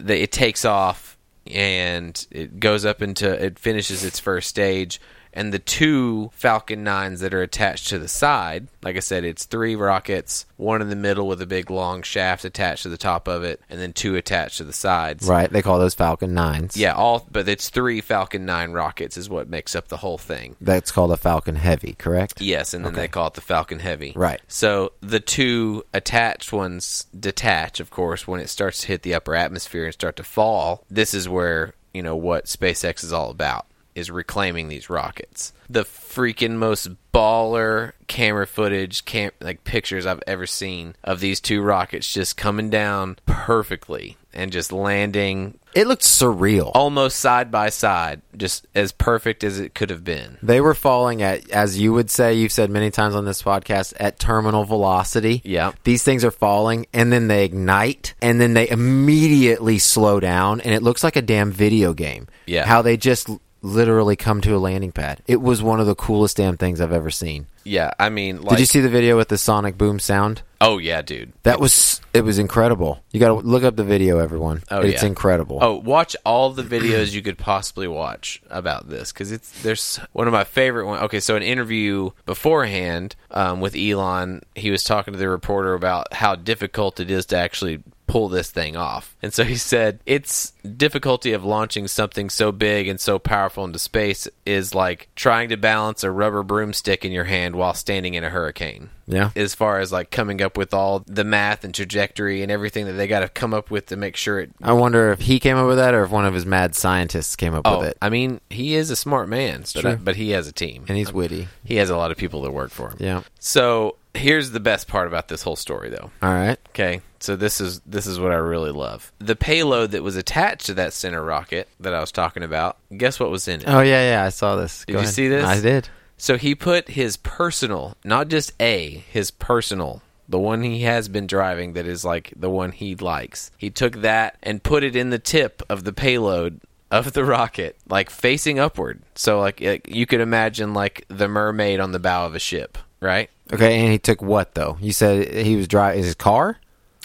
they it takes off and it goes up into it finishes its first stage and the two Falcon 9s that are attached to the side, like I said, it's three rockets, one in the middle with a big long shaft attached to the top of it and then two attached to the sides. right. They call those Falcon Nines. Yeah, all but it's three Falcon 9 rockets is what makes up the whole thing. That's called a Falcon Heavy, correct? Yes, and then they call it the Falcon Heavy. Right. So the two attached ones detach, of course, when it starts to hit the upper atmosphere and start to fall. This is where, you know, what SpaceX is all about is reclaiming these rockets. The freaking most baller camera footage, cam- like pictures I've ever seen of these two rockets just coming down perfectly and just landing It looked surreal. almost side by side, just as perfect as it could have been. They were falling at, as you would say, you've said many times on this podcast, at terminal velocity. Yeah. These things are falling and then they ignite and then they immediately slow down and it looks like a damn video game. Yeah. How they just l- literally come to a landing pad. It was one of the coolest damn things I've ever seen. Yeah, I mean, like, Did you see the video with the sonic boom sound? Oh yeah, dude. That was, it was incredible. You got to look up the video, everyone. Oh, it's yeah. incredible. Oh, watch all the videos you could possibly watch about this because it's there's one of my favorite one. Okay, so an interview beforehand um, with Elon, he was talking to the reporter about how difficult it is to actually pull this thing off, and so he said it's difficulty of launching something so big and so powerful into space is like trying to balance a rubber broomstick in your hand while standing in a hurricane. Yeah. as far as like coming up with all the math and trajectory and everything that they got to come up with to make sure it I wonder if he came up with that or if one of his mad scientists came up with it. Oh, I mean, he is a smart man, but, but he has a team. and he's witty. he has a lot of people that work for him. Yeah. So here's the best part about this whole story, though. All right. Okay, so this is this is what I really love. The payload that was attached to that center rocket that I was talking about. Guess what was in it? Oh yeah, yeah, I saw this. Did you see this? I did. So he put his personal, not just a, his personal, the one he has been driving that is like the one he likes. He took that and put it in the tip of the payload of the rocket, like facing upward. So like it, you could imagine like the mermaid on the bow of a ship, right? Okay, and he took what though? You said he was driving his car.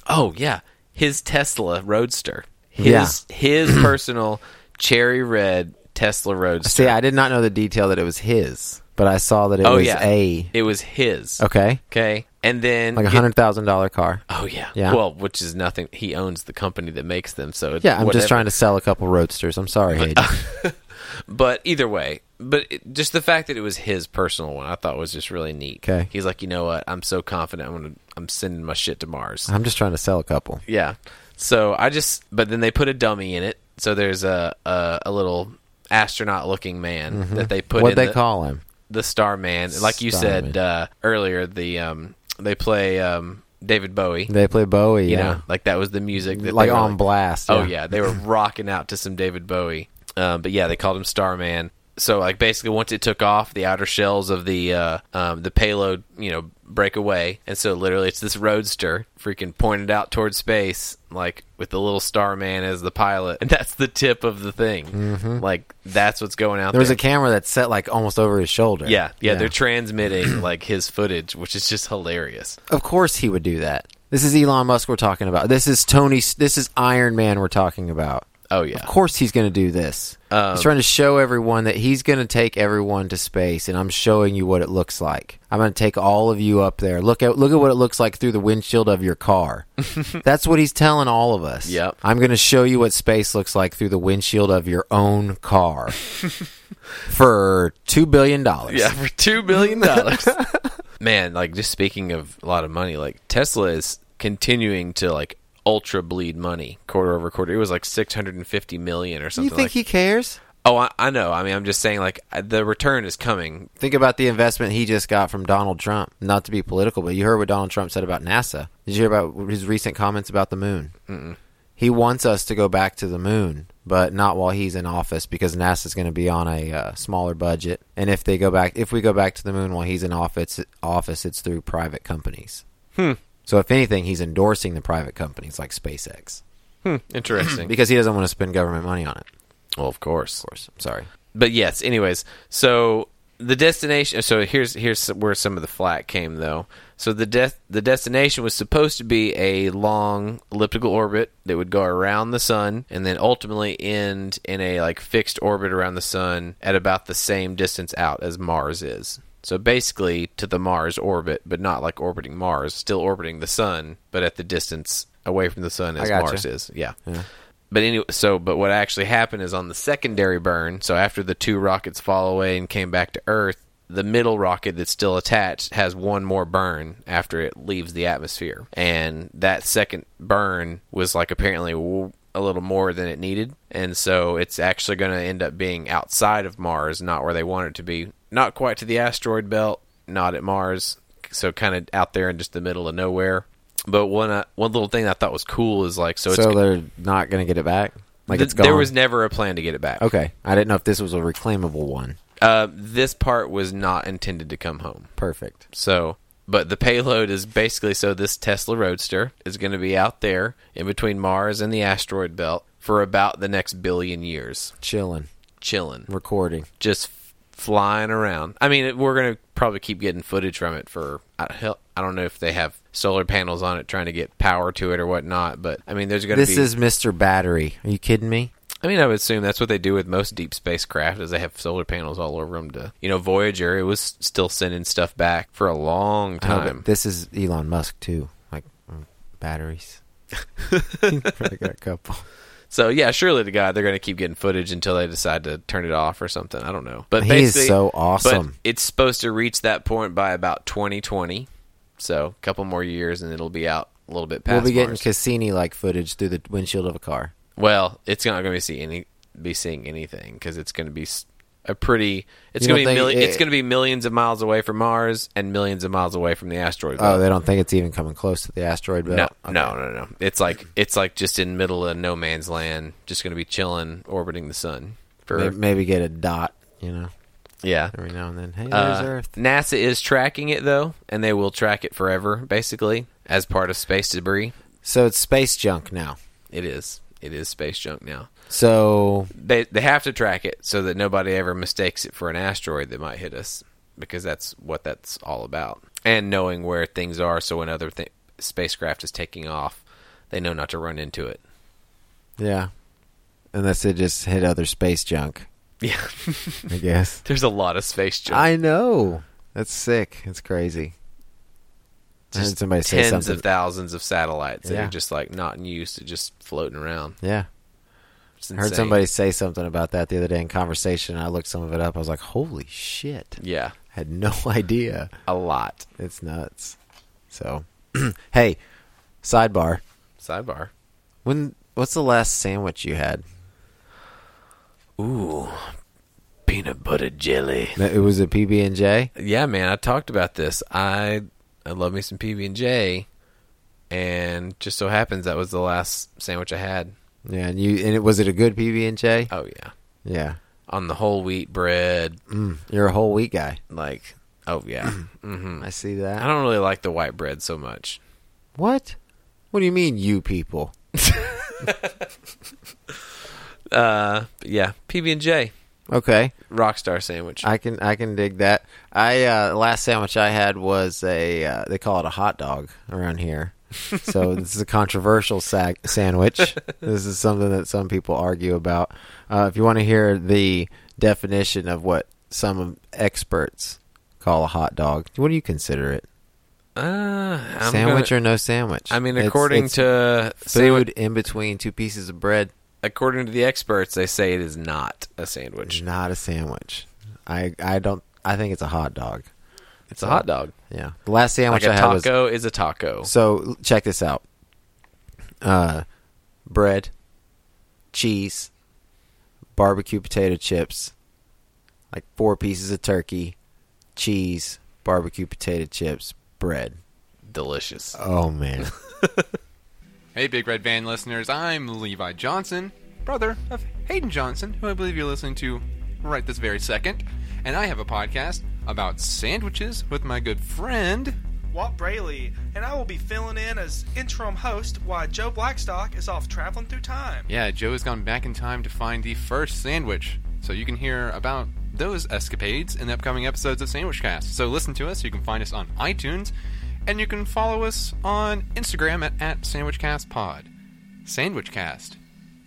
Oh yeah, his Tesla Roadster. Yeah. His his personal cherry red Tesla Roadster. See, I did not know the detail that it was his, but I saw that it oh was yeah. a It was his. okay, Okay. And then like a get- hundred thousand dollar car. Oh yeah. Yeah. Well, which is nothing. He owns the company that makes them, so it's Yeah, I'm just whatever. trying to sell a couple roadsters. I'm sorry, Hayden. But either way, but it, just the fact that it was his personal one, I thought was just really neat. 'Kay. He's like, you know what? I'm so confident. I'm gonna. I'm sending my shit to Mars. I'm just trying to sell a couple. yeah. So I just. But then they put a dummy in it. So there's a a, a little astronaut looking man that they put. What in Mm-hmm. they the, call him? the Starman? Like you said Starman. uh, earlier, the um they play um David Bowie. They play Bowie. You yeah, know, like that was the music that like they were on blast. Oh yeah, they were rocking out to some David Bowie. Um, but yeah, they called him Starman. So like basically, once it took off, the outer shells of the uh, um, the payload, you know, break away, and so literally it's this roadster freaking pointed out towards space, like with the little Starman as the pilot, and that's the tip of the thing. Like that's what's going There out Mm-hmm. there. was a camera that's set like almost over his shoulder. yeah, yeah, they're transmitting like his footage, which is just hilarious. Of course he would do that. This is Elon Musk we're talking about. This is Tony. This is Iron Man we're talking about. Oh yeah, Um, Of course he's going to do this. he's trying to show everyone that he's going to take everyone to space, and I'm showing you what it looks like. I'm going to take all of you up there. Look at look at what it looks like through the windshield of your car. That's what he's telling all of us. Yep. I'm going to show you what space looks like through the windshield of your own car for two billion dollars. Yeah, for two billion dollars. Man, like just speaking of a lot of money, like Tesla is continuing to like ultra bleed money quarter over quarter. It was like six hundred and fifty million or You something. think like- he cares? oh, I, I know. I mean, I'm just saying like I- the return is coming. Think about the investment he just got from Donald Trump. Not to be political, but you heard what Donald Trump said about NASA. Did you hear about his recent comments about the moon? Mm-mm. He wants us to go back to the moon, but not while he's in office because NASA's going to be on a uh, smaller budget. And if they go back, if we go back to the moon while he's in office, office it's through private companies. Hmm. So if anything, he's endorsing the private companies like SpaceX Interesting. because he doesn't want to spend government money on it. well, of course. Of course, I'm sorry. but yes anyways so the destination so here's here's where some of the flack came though so the de- the destination was supposed to be a long elliptical orbit that would go around the sun and then ultimately end in a like fixed orbit around the sun at about the same distance out as Mars is so basically to the Mars orbit but not like orbiting Mars still orbiting the sun but at the distance away from the sun as gotcha. Mars is is. Yeah. But anyway, so but what actually happened is on the secondary burn. So after the two rockets fall away and came back to Earth, the middle rocket that's still attached has one more burn after it leaves the atmosphere, and that second burn was like apparently w- a little more than it needed, and so it's actually going to end up being outside of Mars, not where they want it to be, not quite to the asteroid belt, not at Mars, so kind of out there in just the middle of nowhere. But one uh, one little thing I thought was cool is like so, so it's they're not going to get it back. Like Th- it's gone. There was never a plan to get it back. okay. I didn't know if this was a reclaimable one. Uh, this part was not intended to come home. Perfect. So, but the payload is basically so this Tesla Roadster is going to be out there in between Mars and the asteroid belt for about the next billion years, Chilling, chilling, recording. just f- flying around. I mean, it- we're going to probably keep getting footage from it for I, hell, I don't know if they have solar panels on it trying to get power to it or whatnot, but I mean, there's going to be. This is Mr. Battery. Are you kidding me? I mean, I would assume that's what they do with most deep spacecraft, is they have solar panels all over them. To you know, Voyager, it was still sending stuff back for a long I hope time. it- This is Elon Musk too. Like mm, batteries. Probably got a couple. So yeah, surely to God, they're going to keep getting footage until they decide to turn it off or something. I don't know. But He is basically- so awesome. But it's supposed to reach that point by about 2020. So a couple more years, and it'll be out a little bit past. We'll be getting Mars. Cassini like footage through the windshield of a car. well, it's not going to be see any be seeing anything because it's going to be s- a pretty. It's You going to don't be think milli- it- it's going to be millions of miles away from Mars and millions of miles away from the asteroid. Oh, belt. they don't think it's even coming close to the asteroid belt. No, Okay. no, no, no. It's like it's like just in middle of no man's land, just going to be chilling, orbiting the sun for May- Maybe get a dot. You know, yeah. every now and then. Hey, there's Uh, Earth. NASA is tracking it though, and they will track it forever, basically, as part of space debris. So it's space junk now. It is. It is space junk now. So They they have to track it so that nobody ever mistakes it for an asteroid that might hit us, because that's what that's all about. And knowing where things are, so when other th- spacecraft is taking off, they know not to run into it. yeah, unless it just hit other space junk, Yeah, I guess. there's a lot of space junk. I know. That's sick. It's crazy. I heard Just somebody say tens something. of thousands of satellites that Yeah. are just like not in use, they're just floating around. yeah. It's I heard insane. somebody say something about that the other day in conversation. I looked some of it up. I was like, holy shit. Yeah, had no idea. a lot. It's nuts. So, hey, sidebar. Sidebar. When what's the last sandwich you had? Ooh, peanut butter jelly. It was a PB and J. Yeah, man, I talked about this. I I love me some PB and J, and just so happens that was the last sandwich I had. Yeah, and you and it was it a good PB and J? Oh yeah, Yeah, Mm, on the whole wheat bread, you're a whole wheat guy. like oh yeah. hmm I see I that. don't really like the white bread so much. What? What do you mean, you people? Uh, but yeah, PB and J, Okay, rockstar sandwich. I can I can dig that. I uh, last sandwich I had was a uh, they call it a hot dog around here. so this is a controversial sac- sandwich. this is something that some people argue about. Uh, if you want to hear the definition of what some experts call a hot dog, what do you consider it? uh, I'm sandwich gonna- or no sandwich? I mean, It's- according it's to food in between two pieces of bread, according to the experts, they say it is not a sandwich. it's not a sandwich. I I don't. I think it's a hot dog. It's a hot dog. Yeah. The last sandwich like a I had was taco is a taco. So l- check this out. Uh, bread, cheese, barbecue potato chips, like four pieces of turkey, cheese, barbecue potato chips, bread. Delicious. Oh man. Hey, Big Red Van listeners, I'm Levi Johnson, brother of Hayden Johnson, who I believe you're listening to right this very second. And I have a podcast about sandwiches with my good friend. Walt Brayley, and I will be filling in as interim host while Joe Blackstock is off traveling through time. Yeah, Joe has gone back in time to find the first sandwich. So you can hear about those escapades in the upcoming episodes of Sandwich Cast. So listen to us. You can find us on iTunes, and you can follow us on Instagram at, at SandwichCastPod. SandwichCast.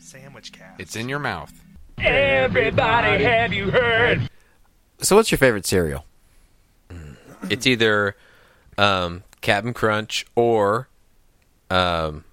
Sandwich cast. It's in your mouth. Everybody, have you heard? so what's your favorite cereal? It's either um, Captain Crunch or um,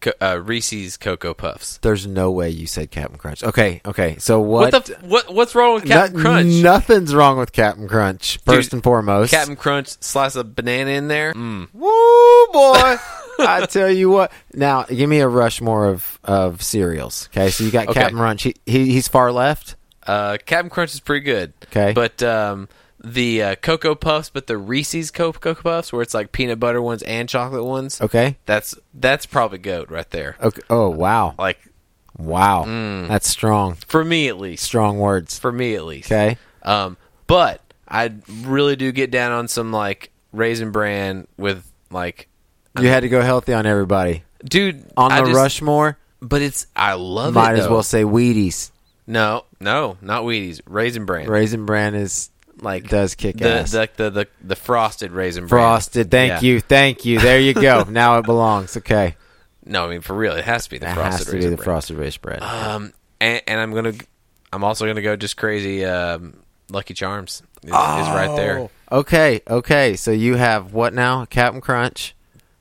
co- uh, Reese's Cocoa Puffs. There's no way you said Captain Crunch. Okay, okay. So What, what? the f- what what's wrong with Captain No- Crunch? Nothing's wrong with Captain Crunch. First Dude, and foremost, Captain Crunch slice a banana in there. Mm. Woo boy! I tell you what. Now give me a Rushmore of of cereals. Okay, so you got Okay. Captain Crunch. He, he he's far left. Uh, Captain Crunch is pretty good. 'Kay. but um, the uh, Cocoa Puffs, but the Reese's Co- Cocoa Puffs, where it's like peanut butter ones and chocolate ones. Okay. That's that's probably goat right there. Okay. Oh wow. Like Wow, Mm. that's strong. For me, at least. Strong words. For me, at least. Okay. Um, but I really do get down on some like raisin bran with like, You had to go healthy on everybody dude on I the just- Rushmore. But it's I love Might it. as though. well say Wheaties. No, no, not Wheaties. Raisin bran. Raisin Bran is Like does kick the, ass. the the the the frosted raisin bran. frosted. Thank Yeah. you, thank you. There you go. now it belongs. Okay, No, I mean for real, it has to be the that frosted has to be raisin the bran. frosted raisin bread. Um, and, and I'm gonna, I'm also gonna go just crazy. Um, Lucky Charms is, is right Oh. there. okay, okay. So you have what now? Captain Crunch,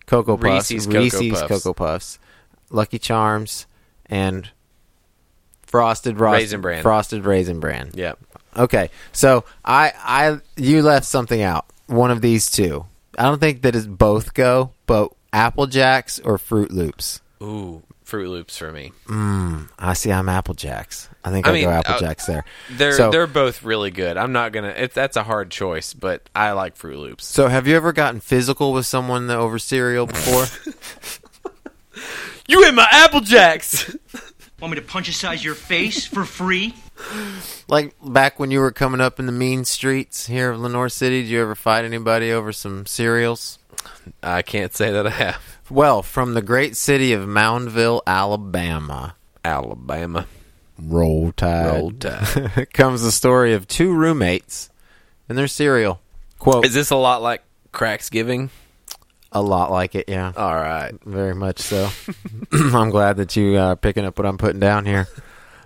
Cocoa Puffs, Reese's Cocoa Puffs. Cocoa Puffs, Lucky Charms, and frosted Ros- Raisin Bran. Frosted Raisin Bran. Yep. Okay, so I, I, you left something out. One of these two. I don't think that is both go, but Apple Jacks or Fruit Loops. Ooh, Fruit Loops for me. I see. I'm Apple Jacks. I think I I mean, go Apple uh, Jacks there. They're So- they're both really good. I'm not gonna. It, that's a hard choice, but I like Fruit Loops. So, have you ever gotten physical with someone over cereal before? You in my Apple Jacks? Want me to punch size your face for free? like back when you were coming up in the mean streets here of Lenore City, did you ever fight anybody over some cereals? I can't say that I have. Well, from the great city of Moundville, Alabama, Alabama. roll tide, Roll Tide. comes the story of two roommates and their cereal. Quote: Is this a lot like Cracks Giving? A lot like it, yeah. All right. very much so. I'm glad that you uh, are picking up what I'm putting down here.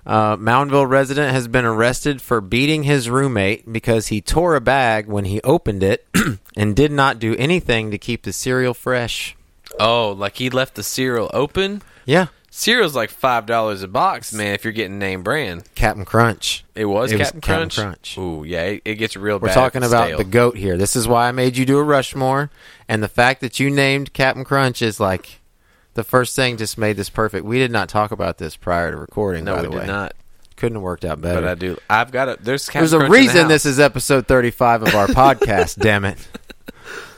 Uh, Moundville resident has been arrested for beating his roommate because he tore a bag when he opened it and did not do anything to keep the cereal fresh. Oh, like he left the cereal open. Yeah, Cereal's like five dollars a box, man. If you're getting name brand, Captain Crunch. it was It was Captain Captain Crunch. Crunch. Ooh, yeah, it, it gets real. We're bad talking about stale. the goat here. This is why I made you do a Rushmore, and the fact that you named Captain Crunch is like the first thing just made this perfect. We did not talk about this prior to recording. No, by we the way. did not. Couldn't have worked out better. But I do. I've got a. There's Captain There's a Crunch in the reason house. this is episode 35 of our podcast, damn it.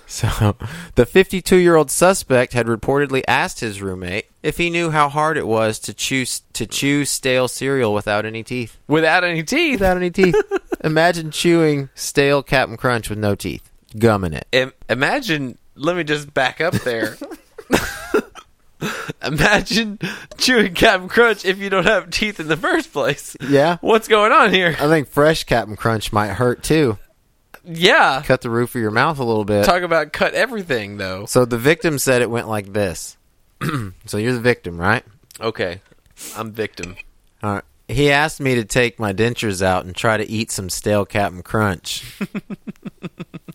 So, the 52 year old suspect had reportedly asked his roommate if he knew how hard it was to choose to chew stale cereal without any teeth. without any teeth. Without any teeth. Imagine chewing stale Captain Crunch with no teeth, gumming it. Im- imagine. Let me just back up there. imagine chewing Captain Crunch if you don't have teeth in the first place. Yeah. What's going on here? I think fresh Captain Crunch might hurt too. Yeah. Cut the roof of your mouth a little bit. Talk about cut everything though. So the victim said it went like this. so you're the victim, right? Okay. I'm victim. All right. He asked me to take my dentures out and try to eat some stale Captain Crunch.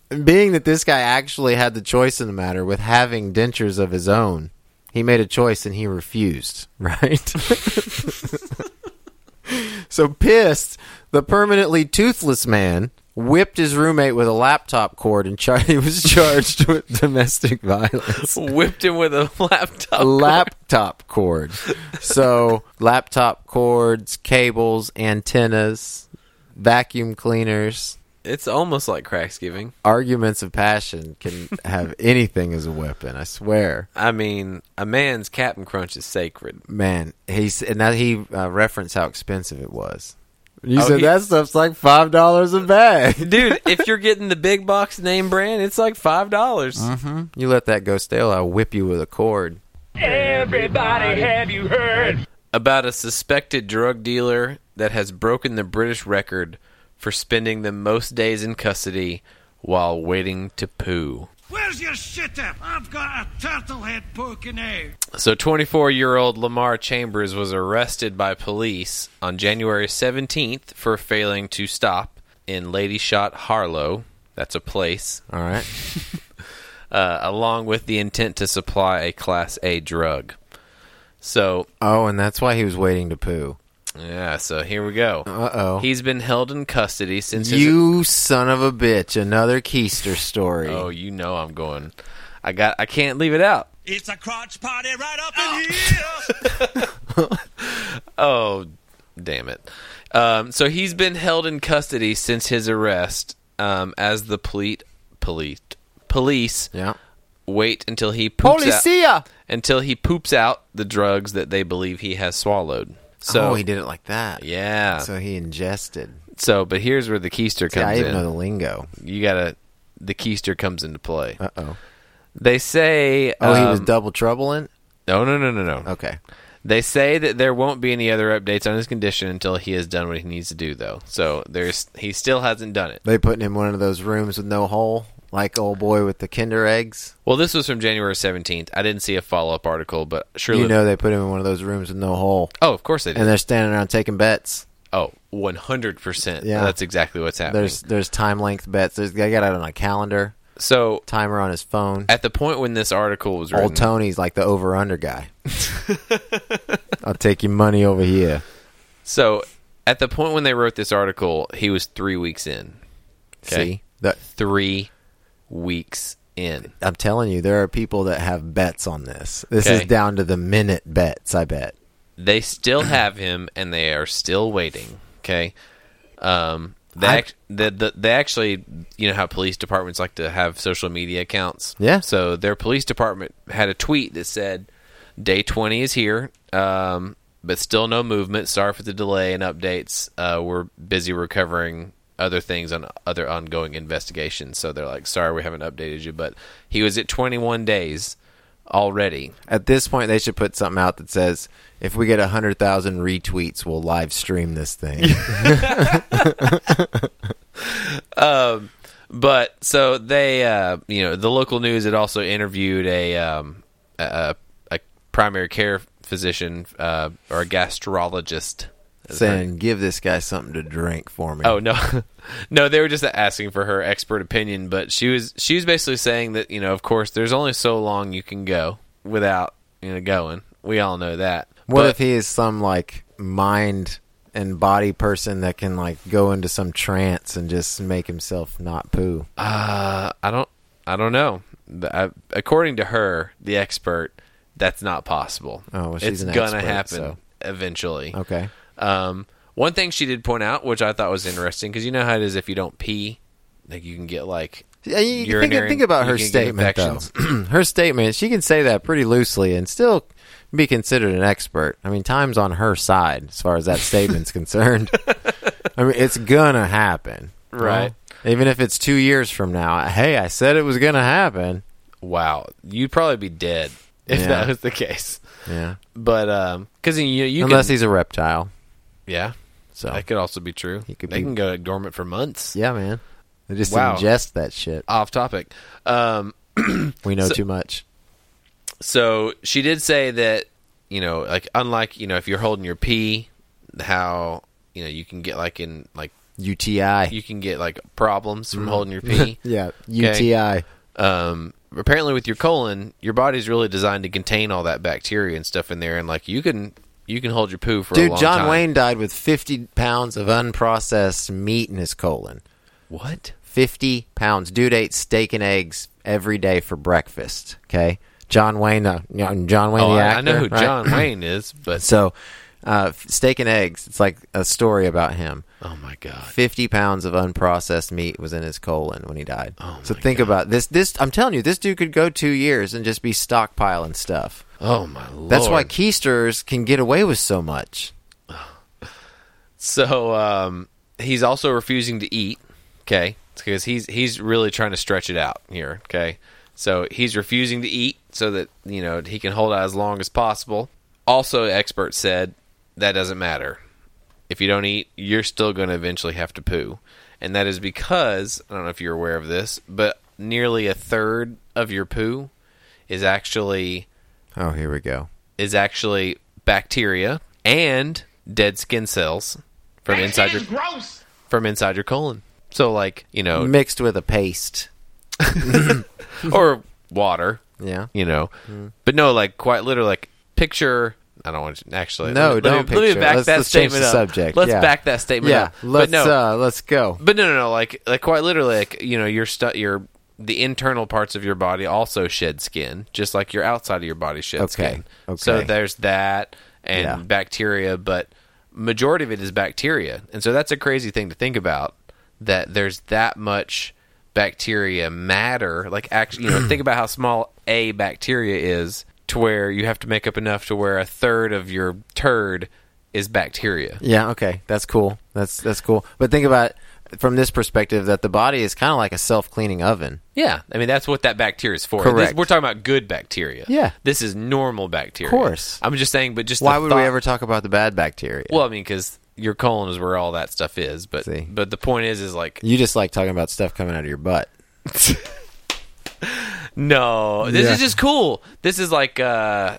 Being that this guy actually had the choice in the matter with having dentures of his own, he made a choice and he refused, right? so pissed, the permanently toothless man whipped his roommate with a laptop cord and char- he was charged with domestic violence Whipped him with a laptop. a laptop cord. So laptop cords, cables, antennas, vacuum cleaners. It's almost like cracks giving. Arguments of passion can have anything as a weapon. I swear, I mean, a man's Captain Crunch is sacred. man. He's and that he uh, referenced how expensive it was. You Oh, said he- that stuff's like five dollars a bag. Dude, if you're getting the big box name brand, it's like five dollars. You let that go stale, I'll whip you with a cord. Everybody, have you heard? About a suspected drug dealer that has broken the British record for spending the most days in custody while waiting to poo. Where's your shit up? I've got a turtle head poking out. So, 24 year old Lamar Chambers was arrested by police on January 17th for failing to stop in Lady Shot Harlow. That's a place. All right. Uh, along with the intent to supply a Class A drug. So, Oh, and that's why he was waiting to poo. yeah, so here we go. Uh oh. He's been held in custody since his- You son of a bitch! Another Keister story. Oh, you know I'm going. I got. I can't leave it out. It's a crotch party right up in here. Oh, damn it. Um, so he's been held in custody since his arrest, um, as the police police police yeah. wait until he poops out, Policia. until he poops out the drugs that they believe he has swallowed. So oh, he did it like that. Yeah. So, So he ingested. but here's where the keister Yeah, I comes even in. know the lingo. You gotta. The keister comes into play. Uh oh. They say. Oh, he was um, double troubling. No, no, no, no, no. Okay. They say that there won't be any other updates on his condition until he has done what he needs to do, though. So there's he still hasn't done it. They putting him in one of those rooms with no hole, like old boy with the Kinder eggs. Well, this was from January 17th. I didn't see a follow up article, but surely. You know, they put him in one of those rooms with no hole, oh, of course they did. and they're standing around taking bets. oh, 100%. Yeah. That's exactly what's happening. There's there's time length bets. There's they got it on a calendar, so timer on his phone. at the point when this article was written, Old Tony's like the over under guy. I'll take your money over here. so at the point when they wrote this article, he was three weeks in. See, The- Three weeks in. I'm telling you, there are people that have bets on this. This Okay. is down to the minute bets. I bet. They still have him, and they are still waiting. Okay. Um, they, I- act, the, the, they actually, you know how police departments like to have social media accounts. Yeah. So their police department had a tweet that said, "Day 20 is here, um, but still no movement. Sorry for the delay and updates. Uh, we're busy recovering." Other things on other ongoing investigations, so they're like, "Sorry, we haven't updated you." But he was at 21 days already. At this point, they should put something out that says, "If we get hundred thousand retweets, we'll live stream this thing." But so they, uh, you know, the local news had also interviewed a um, a, a a primary care physician uh, or a gastrologist. saying, "Give this guy something to drink for me." Oh no, no, they were just asking for her expert opinion. But she was she was basically saying that you know, of course, there's only so long you can go without you know going. We all know that. what But- if he is some like mind and body person that can like go into some trance and just make himself not poo? I don't I don't know. The, I, according to her, the expert, that's not possible. Oh, well, she's it's an gonna expert, happen so- eventually. Okay. Um, one thing she did point out, which I thought was interesting, because you know how it is if you don't pee, like you can get like Yeah, you- you think, urinary- think about you her can get statement though. infections. her statement, she can say that pretty loosely and still be considered an expert. I mean, time's on her side as far as that statement's concerned. I mean, it's gonna happen, Right. Well, even if it's two years from now. Hey, I said it was gonna happen. Wow, you'd probably be dead if Yeah. that was the case. Yeah, But um, because you you unless can, he's a reptile. yeah, So that could also be true. He could they be- can go dormant for months. Yeah, man. They just Wow. ingest that shit. Off topic. Um, We know too much. so she did say that you know like unlike you know if you're holding your pee how you know you can get like in like UTI. you can get like problems from holding your pee Mm-hmm. yeah, Okay. UTI. um apparently with your colon your body's really designed to contain all that bacteria and stuff in there and like you can you can hold your poo for a Dude, long John time. Wayne died with 50 pounds of unprocessed meat in his colon. what 50 pounds. Dude ate steak and eggs every day for breakfast. Okay. John Wayne, the, you know, John Wayne oh the I, actor. I know who right? John Wayne is but So, uh, f- steak and eggs. It's like a story about him. oh my god 50 pounds of unprocessed meat was in his colon when he died. Oh, so my think God. about this. This I'm telling you, this dude could go two years and just be stockpiling stuff. oh my lord That's why keisters can get away with so much. So um, he's also refusing to eat. Okay, because he's he's really trying to stretch it out here. Okay, so he's refusing to eat so that you know he can hold out as long as possible. Also, experts said that doesn't matter. If you don't eat, you're still going to eventually have to poo, and that is because I don't know if you're aware of this, but nearly a third of your poo is actually Oh, here we go. is actually bacteria and dead skin cells from inside your from inside your colon. So like you know, Mixed with a paste. or water, Mm. Yeah. Mm. you know, but no, like quite literally, like picture. I don't want to actually. No, let me, don't Let me, let picture. me back Let's- that let's change statement the up. subject. Let's Yeah. back that statement Yeah, up. let's but no, uh let's go. but no, no, no. Like like quite literally, like you know, your stu- your the internal parts of your body also shed skin, just like your outside of your body sheds Okay, skin. So okay. there's that and Yeah. bacteria, but majority of it is bacteria, and so that's a crazy thing to think about. That there's that much bacteria matter. Like actually, you know, think about how small a bacteria is to where you have to make up enough to where a third of your turd is bacteria. Yeah, okay. That's cool. That's that's cool. But think about it from this perspective that the body is kind of like a self-cleaning oven. Yeah, I mean that's what that bacteria is for. Correct. This- we're talking about good bacteria. Yeah. this is normal bacteria. Of course. I'm just saying, but just Why the would thought- we ever talk about the bad bacteria? Well, I mean, because your colon is where all that stuff is. But See. but the point is, is like you just like talking about stuff coming out of your butt. no, this Yeah. is just cool. This is like uh,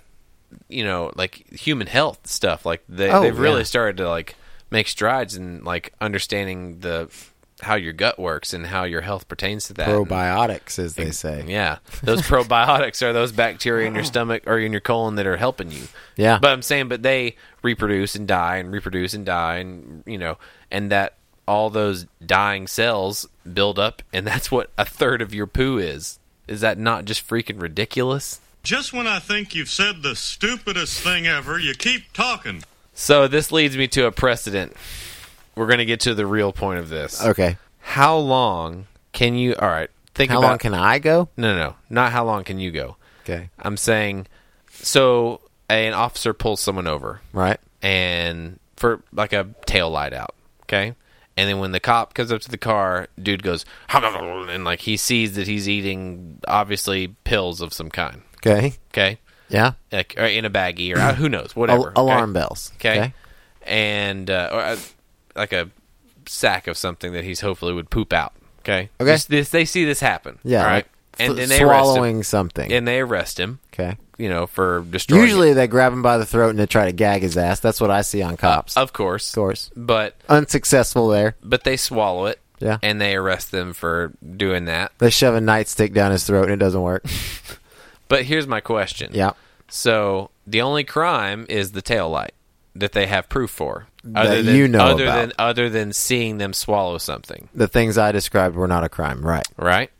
you know, like human health stuff. Like they Oh, they've really yeah. started to like make strides in like understanding the how your gut works and how your health pertains to that. And- Probiotics as they say. Uh, Yeah, those probiotics are those bacteria in your stomach or in your colon that are helping you. Oh. Yeah. but I'm saying, but they reproduce and die and reproduce and die, and you know, and that all those dying cells build up, and that's what a third of your poo is. Is that not just freaking ridiculous? Just when I think you've said the stupidest thing ever, you keep talking. So this leads me to a precedent. We're gonna get to the real point of this. Okay. How long can you? All right, think How about. long can I go? no, no, no, not how long can you go. Okay. I'm saying, so an officer pulls someone over, Right. and for like a tail light out, okay. And then when the cop comes up to the car, dude goes, and like he sees that he's eating obviously pills of some kind, Okay. okay, Yeah. like or in a baggie or out- who knows, Al- whatever. alarm okay? bells. okay, and uh, or, uh, like a sack of something that he's hopefully would poop out. Okay, Okay. This, this- they see this happen. Yeah. all right, like and f- then they swallowing arrest something. him. And they arrest him. okay. You know, for destroying. it. Usually they grab him by the throat and they try to gag his ass. That's what I see on cops. Of course. Of course. But Unsuccessful there. but they swallow it. Yeah. And they arrest them for doing that. They shove a nightstick down his throat and it doesn't work. But here's my question. yeah. So the only crime is the taillight that they have proof for. Other That than, you know other about. than other than seeing them swallow something. The things I described were not a crime. Right. Right?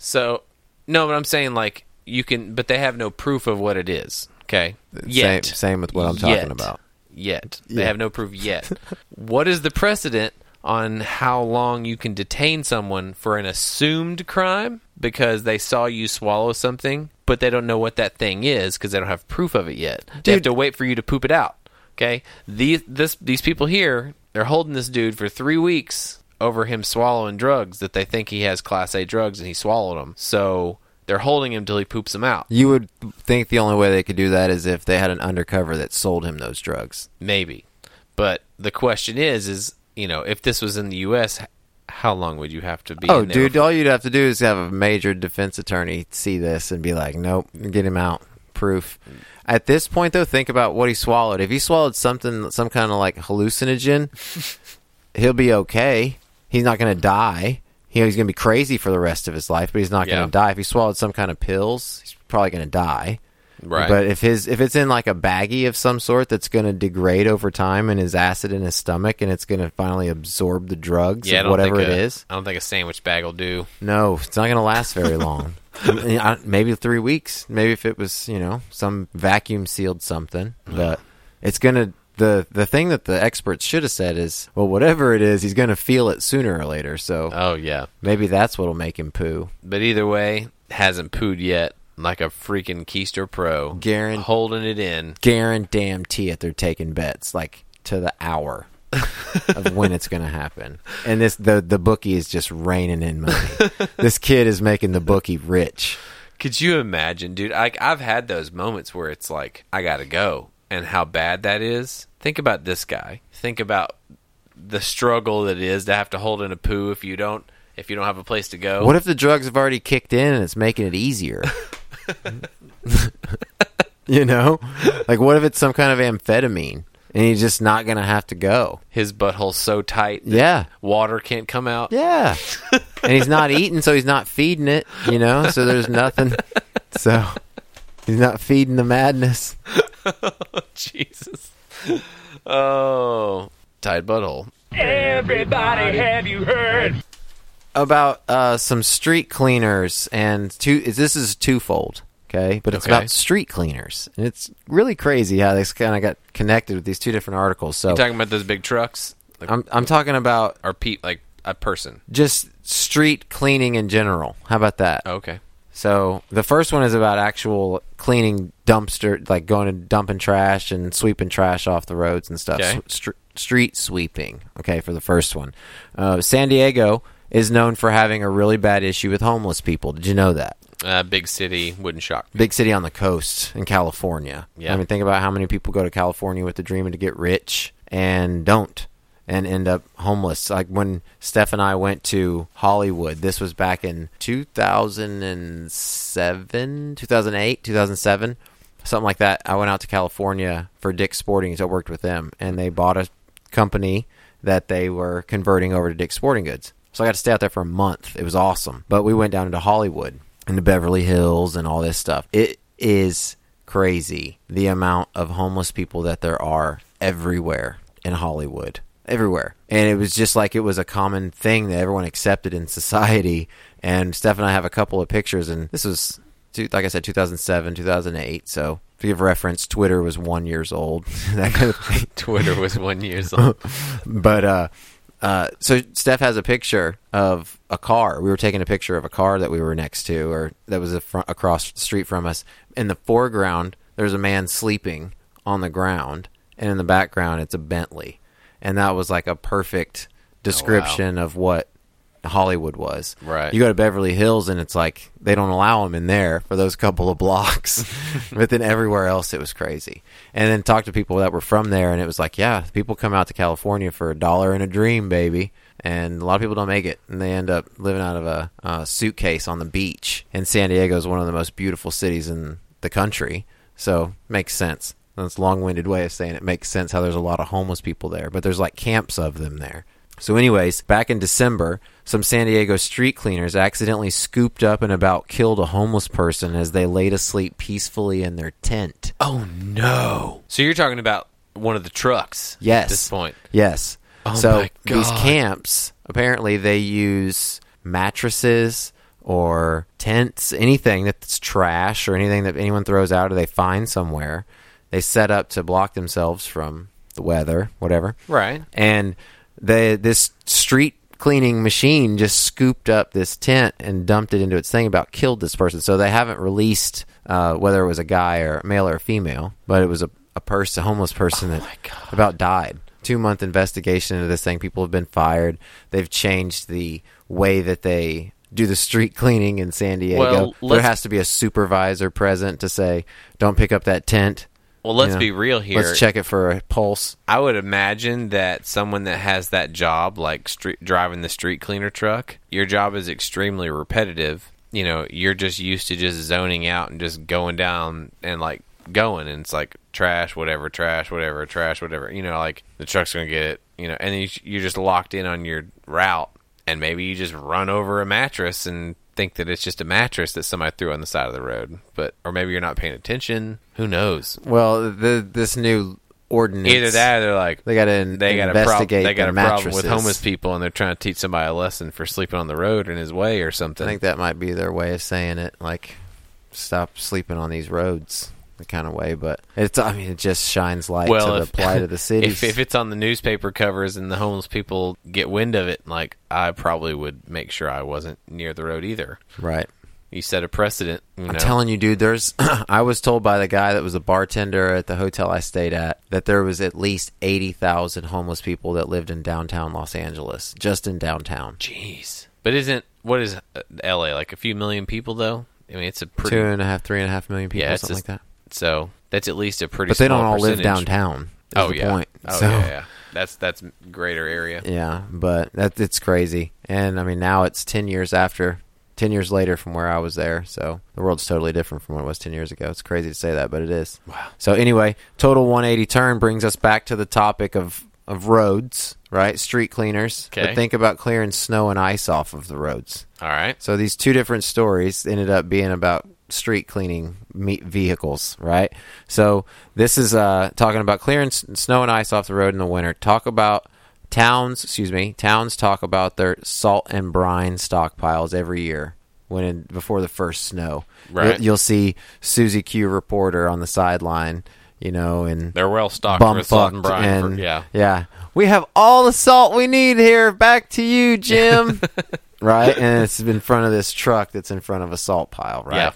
so no, but I'm saying like you can but they have no proof of what it is. Okay. Yet. Same, same with what I'm talking Yet. about. Yet. They Yeah. have no proof yet. what is the precedent on how long you can detain someone for an assumed crime because they saw you swallow something, but they don't know what that thing is because they don't have proof of it yet. They have Dude. to wait for you to poop it out. Okay? These this these people here, they're holding this dude for 3 weeks over him swallowing drugs that they think he has class A drugs and he swallowed them. So they're holding him till he poops them out. You would think the only way they could do that is if they had an undercover that sold him those drugs. maybe but the question is is you know if this was in the us h- how long would you have to be Oh, in there dude, before- all you'd have to do is have a major defense attorney see this and be like, nope, get him out. Proof. At this point, though, think about what he swallowed. If he swallowed something, some kind of like hallucinogen, he'll be okay. He's not going to die. You know, he's going to be crazy for the rest of his life, but he's not going Yeah. to die. If he swallowed some kind of pills, he's probably going to die. right But if his if it's in like a baggie of some sort that's going to degrade over time and his acid in his stomach and it's going to finally absorb the drugs, yeah I of don't whatever think it a- is, i don't think a sandwich bag will do no, it's not going to last very long. I- Maybe three weeks. Maybe if it was you know some vacuum sealed something, but it's going to. The, the thing that the experts should have said is, well, whatever it is, he's going to feel it sooner or later. So oh yeah maybe that's what'll make him poo. but either way hasn't pooed yet like a freaking keister pro Guaran- holding it in guarantee it they're taking bets like to the hour of when it's going to happen and this the the bookie is just raining in money this kid is making the bookie rich could you imagine dude like i've had those moments where it's like i gotta go and how bad that is think about this guy think about the struggle that is to have to hold in a poo if you don't if you don't have a place to go what if the drugs have already kicked in and it's making it easier you know like what if it's some kind of amphetamine and he's just not going to have to go his butthole's so tight that yeah water can't come out. yeah and he's not eating so he's not feeding it you know so there's nothing so he's not feeding the madness Jesus. Oh, tight butthole. Everybody, have you heard? about uh, some street cleaners and two. This is twofold, okay? But it's Okay. about street cleaners, and it's really crazy how this kind of got connected with these two different articles. So Talking about those big trucks, like, I'm I'm talking about or pe- like a person. just street cleaning in general. How about that? Oh, Okay. So the first one is about actual cleaning dumpster, like going and dumping trash and sweeping trash off the roads and stuff. Okay. S- str- street sweeping. Okay, for the first one, uh, San Diego is known for having a really bad issue with homeless people. Did you know that? Uh, big city wouldn't shock. me. Big city on the coast in California. Yeah. I mean, think about how many people go to California with the dream to get rich and don't and end up homeless. Like when Steph and I went to Hollywood, this was back in 2007, 2008, 2007, something like that. I went out to California for Dick's Sporting. So I worked with them and they bought a company that they were converting over to Dick's Sporting Goods. So I got to stay out there for a month. It was awesome. But we went down into Hollywood and the Beverly Hills and all this stuff. It is crazy the amount of homeless people that there are everywhere in Hollywood. Everywhere. And it was just like it was a common thing that everyone accepted in society. And Steph and I have a couple of pictures, and this was, two, like I said, 2007, 2008. So to give reference, Twitter was one years old. that kind of thing Twitter was one years old. but uh, uh, so Steph has a picture of a car. We were taking a picture of a car that we were next to, or that was a fr- across the street from us. In the foreground, there's a man sleeping on the ground, and in the background, it's a Bentley. And that was like a Oh, perfect description of what Hollywood was. Right. You go to Beverly Hills, and it's like they don't allow them in there for those couple of blocks. but then everywhere else, it was crazy. And then talk to people that were from there, and it was like, yeah, people come out to California for a dollar and a dream, baby. And a lot of people don't make it, and they end up living out of a uh, suitcase on the beach. And San Diego is one of the most beautiful cities in the country, so makes sense. That's a long-winded way of saying it makes sense how there's a lot of homeless people there, but there's like camps of them there. So, anyways, back in December, some San Diego street cleaners accidentally scooped up and about killed a homeless person as they laid asleep peacefully in their tent. Oh no! So you're talking about one of the trucks? Yes. At this point, Yes. Oh so my these God. camps, apparently they use mattresses or tents, anything that's trash or anything that anyone throws out or they find somewhere. They set up to block themselves from the weather, whatever. Right. And the this street cleaning machine just scooped up this tent and dumped it into its thing about killed this person. So they haven't released uh, whether it was a guy or male or female, but it was a, a person, a homeless person Oh that about died. Two month investigation into this thing. People have been fired. They've changed the way that they do the street cleaning in San Diego. Well, there let's- has to be a supervisor present to say, "Don't pick up that tent." Well, let's You know, be real here. Let's check it for a pulse. I would imagine that someone that has that job, like street, driving the street cleaner truck, your job is extremely repetitive. You know, you're just used to just zoning out and just going down and like going, and it's like trash, whatever, trash, whatever, trash, whatever. You know, like the truck's gonna get it. You know, and you, you're just locked in on your route, and maybe you just run over a mattress and think that it's just a mattress that somebody threw on the side of the road, but or maybe you're not paying attention. Who knows? Well, the, this new ordinance. Either that, or they're like They got to they got a problem. investigate. They got the a problem with mattresses. homeless people, and they're trying to teach somebody a lesson for sleeping on the road in his way or something. I think that might be their way of saying it. Like, stop sleeping on these roads, the kind of way. But it's. I mean, it just shines light well, to if, the plight of the city. If, if it's on the newspaper covers and the homeless people get wind of it, like I probably would make sure I wasn't near the road either. right. You set a precedent. You know? I'm telling you, dude. There's. I was told by the guy that was a bartender at the hotel I stayed at that there was at least eighty thousand homeless people that lived in downtown Los Angeles, just in downtown. Jeez. But isn't what is uh, L.A. like a few million people though? I mean, it's a pretty Two and a half, three and a half million people, yeah, it's something just- like that. So that's at least a pretty. But they don't small all live percentage. downtown. is Oh the yeah. Point. Oh So- yeah, yeah. That's that's greater area. Yeah, but that it's crazy. And I mean, now it's 10 years after, 10 years later from where I was there. So the world's totally different from what it was 10 years ago. It's crazy to say that, but it is. Wow. So anyway, total 180 turn brings us back to the topic of of roads, right? Street cleaners. Okay. But think about clearing snow and ice off of the roads. All right. So these two different stories ended up being about street cleaning me- vehicles, right? So this is uh, talking about clearing s- snow and ice off the road in the winter. Talk about towns, excuse me, towns talk about their salt and brine stockpiles every year when in, before the first snow. Right. You'll, you'll see Susie Q reporter on the sideline, you know, and They're well stocked bum with salt and fucked brine. for- and- yeah. yeah. We have all the salt we need here. Back to you, Jim. right? and it's in front of this truck that's in front of a salt pile, right? Yeah.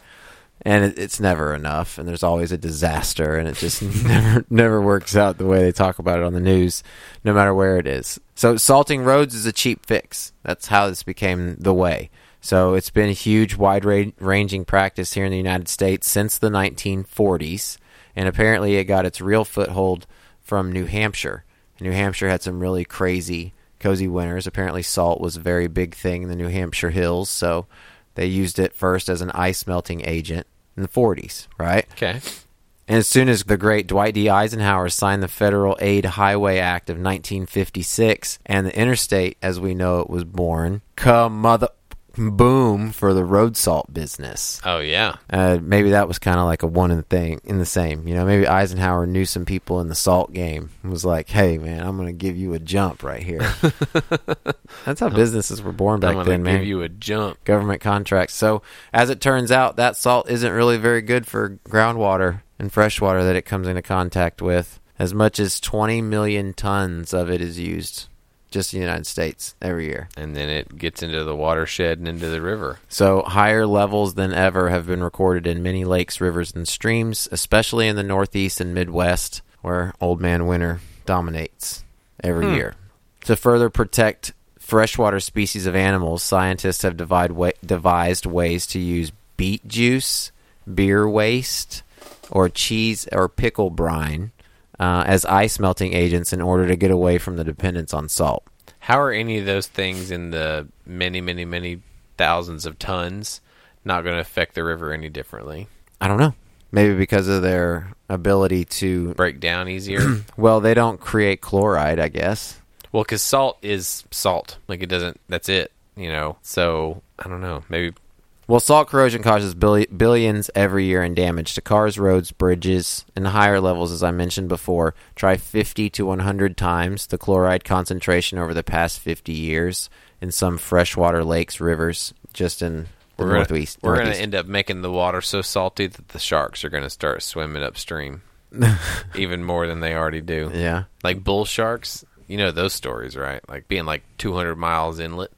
And it, it's never enough, and there's always a disaster, and it just never never works out the way they talk about it on the news, no matter where it is. So salting roads is a cheap fix. That's how this became the way. So it's been a huge, wide ra- ranging practice here in the United States since the 1940s, and apparently it got its real foothold from New Hampshire. New Hampshire had some really crazy cozy winters. Apparently, salt was a very big thing in the New Hampshire hills, so they used it first as an ice melting agent in the 40s, right? Okay. And as soon as the great Dwight D. Eisenhower signed the Federal Aid Highway Act of 1956 and the interstate as we know it was born, come mother boom for the road salt business. Oh yeah. Uh, maybe that was kind of like a one in the thing in the same. You know, maybe Eisenhower knew some people in the salt game and was like, "Hey, man, I'm going to give you a jump right here." That's how businesses were born I'm back gonna then, give man. you a jump. Government contracts. So, as it turns out, that salt isn't really very good for groundwater and freshwater that it comes into contact with. As much as 20 million tons of it is used just in the United States every year. And then it gets into the watershed and into the river. So, higher levels than ever have been recorded in many lakes, rivers, and streams, especially in the Northeast and Midwest, where Old Man Winter dominates every year. To further protect freshwater species of animals, scientists have divide wa- devised ways to use beet juice, beer waste, or cheese or pickle brine uh, as ice melting agents in order to get away from the dependence on salt. How are any of those things in the many, many, many thousands of tons not going to affect the river any differently? I don't know. Maybe because of their ability to Break down easier. Well, they don't create chloride, I guess. well, because salt is salt. Like it doesn't. That's it. You know. So I don't know. Maybe Well, salt corrosion causes billi- billions every year in damage to cars, roads, bridges, and higher levels, as I mentioned before. Try 50 to 100 times the chloride concentration over the past 50 years in some freshwater lakes, rivers, just in the we're gonna, northeast. we're going to northeast. end up making the water so salty that the sharks are going to start swimming upstream even more than they already do. Yeah. Like bull sharks, you know those stories, right? Like being like 200 miles inlet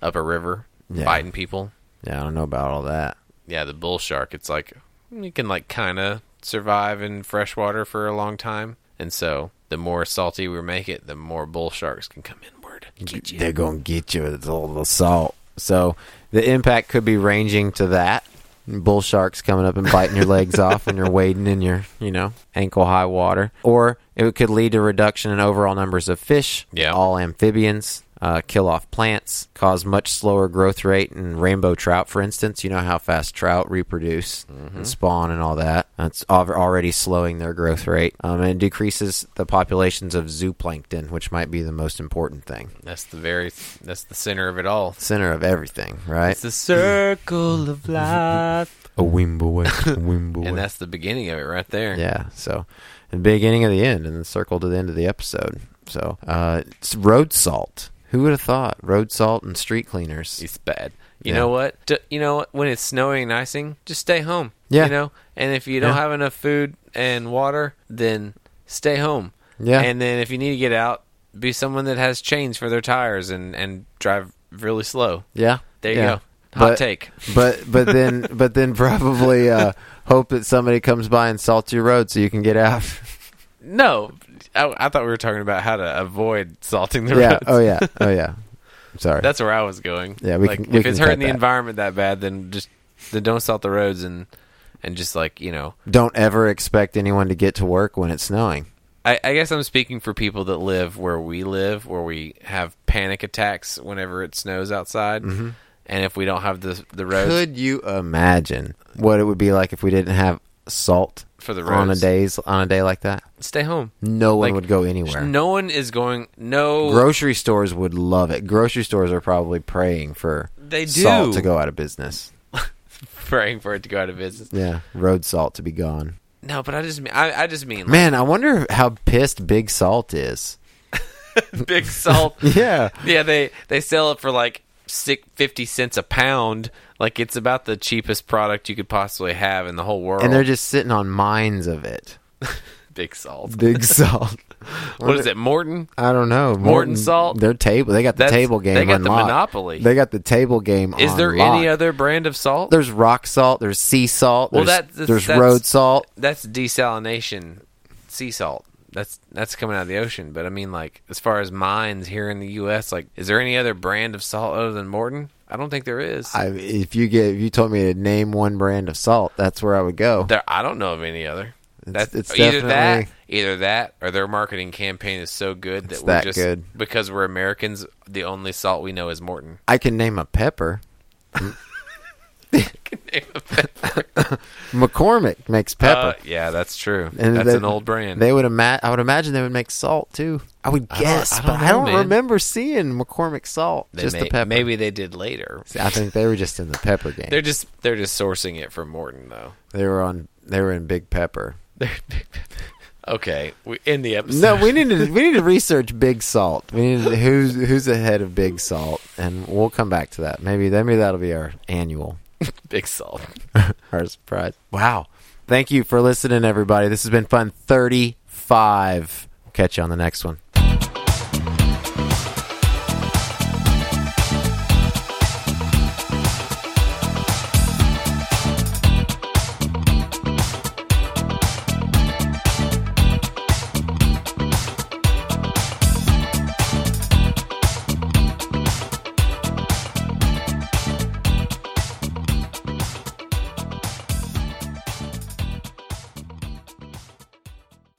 up a river, Yeah. biting people. Yeah, I don't know about all that. Yeah, the bull shark, it's like you can like kind of survive in freshwater for a long time. And so the more salty we make it, the more bull sharks can come inward. They're going to get you with all the salt. So the impact could be ranging to that. Bull sharks coming up and biting your legs off when you're wading in your, you know, ankle high water. Or it could lead to reduction in overall numbers of fish, Yeah. all amphibians, uh, kill off plants, cause much slower growth rate in rainbow trout, for instance. You know how fast trout reproduce and spawn and all that. That's al- already slowing their growth rate. Um, and it decreases the populations of zooplankton, which might be the most important thing That's the very that's the center of it all. center of everything, right? It's the circle of life. A wimble, wimble. And that's the beginning of it right there. yeah. So, the beginning of the end, and the circle to the end of the episode. So, uh, it's road salt. Who would have thought road salt and street cleaners? It's bad. You Yeah. know what? D- you know what? When it's snowing and icing, just stay home. Yeah. You know, and if you don't Yeah. have enough food and water, then stay home. Yeah. And then if you need to get out, be someone that has chains for their tires and and drive really slow. Yeah. There you yeah. go. Hot But- take. But but then but then probably uh, hope that somebody comes by and salts your road so you can get out. No, I, I thought we were talking about how to avoid salting the yeah. roads. Oh yeah. Oh yeah. I'm sorry. That's where I was going. Yeah, we like, can- we if it's can cut hurting the that. environment that bad, then just then don't salt the roads and and just like you know Don't ever expect anyone to get to work when it's snowing. I, I guess I'm speaking for people that live where we live, where we have panic attacks whenever it snows outside, and if we don't have the the roads Mm-hmm. Could you imagine what it would be like if we didn't have salt For the on a roads. days on a day like that? stay home. No one Like, would go anywhere. No one is going. No, Grocery stores would love it. Grocery stores are probably praying for They salt do. to go out of business. praying for it to go out of business. Yeah, road salt to be gone. No, but I just mean I, I just mean Man, I wonder how pissed Big Salt is. like, big salt. Yeah, yeah, they they sell it for like six fifty cents a pound. Like it's about the cheapest product you could possibly have in the whole world. and they're just sitting on mines of it. Big salt. Big Salt. What is it, Morton? I don't know. Salt? Their table. They got the That's- table game. they got the unlocked. monopoly. They got the table game. Is there unlocked. any other brand of salt? There's rock salt. There's sea salt. Well, There's, that- there's that's- road salt. that's desalination sea salt. That's that's coming out of the ocean. But I mean, like as far as mines here in the U.S., like is there any other brand of salt other than Morton? I don't think there is. I, I, if you get, if you told me to name one brand of salt, that's where I would go. there, I don't know of any other. That's it's either that, definitely- either that, or their marketing campaign is so good that It's we're that just good. because we're Americans. The only salt we know is Morton. I can name a pepper. McCormick makes Uh, pepper. yeah, that's true. And that's they- an old brand. They would ima- I would imagine they would make salt too. I would guess, I don't but I know, don't man. remember seeing McCormick salt. They just may- the pepper. Maybe they did later. I think they were just in the pepper game. They're just they're just sourcing it from Morton though. They were on. They were in Big Pepper. okay, we end the episode. No, we need to we need to research Big Salt. We need to, who's who's ahead of Big Salt, and we'll come back to that. Maybe maybe that'll be our annual Big salt. our surprise. Wow! Thank you for listening, everybody. This has been fun. Thirty five. Catch you on the next one.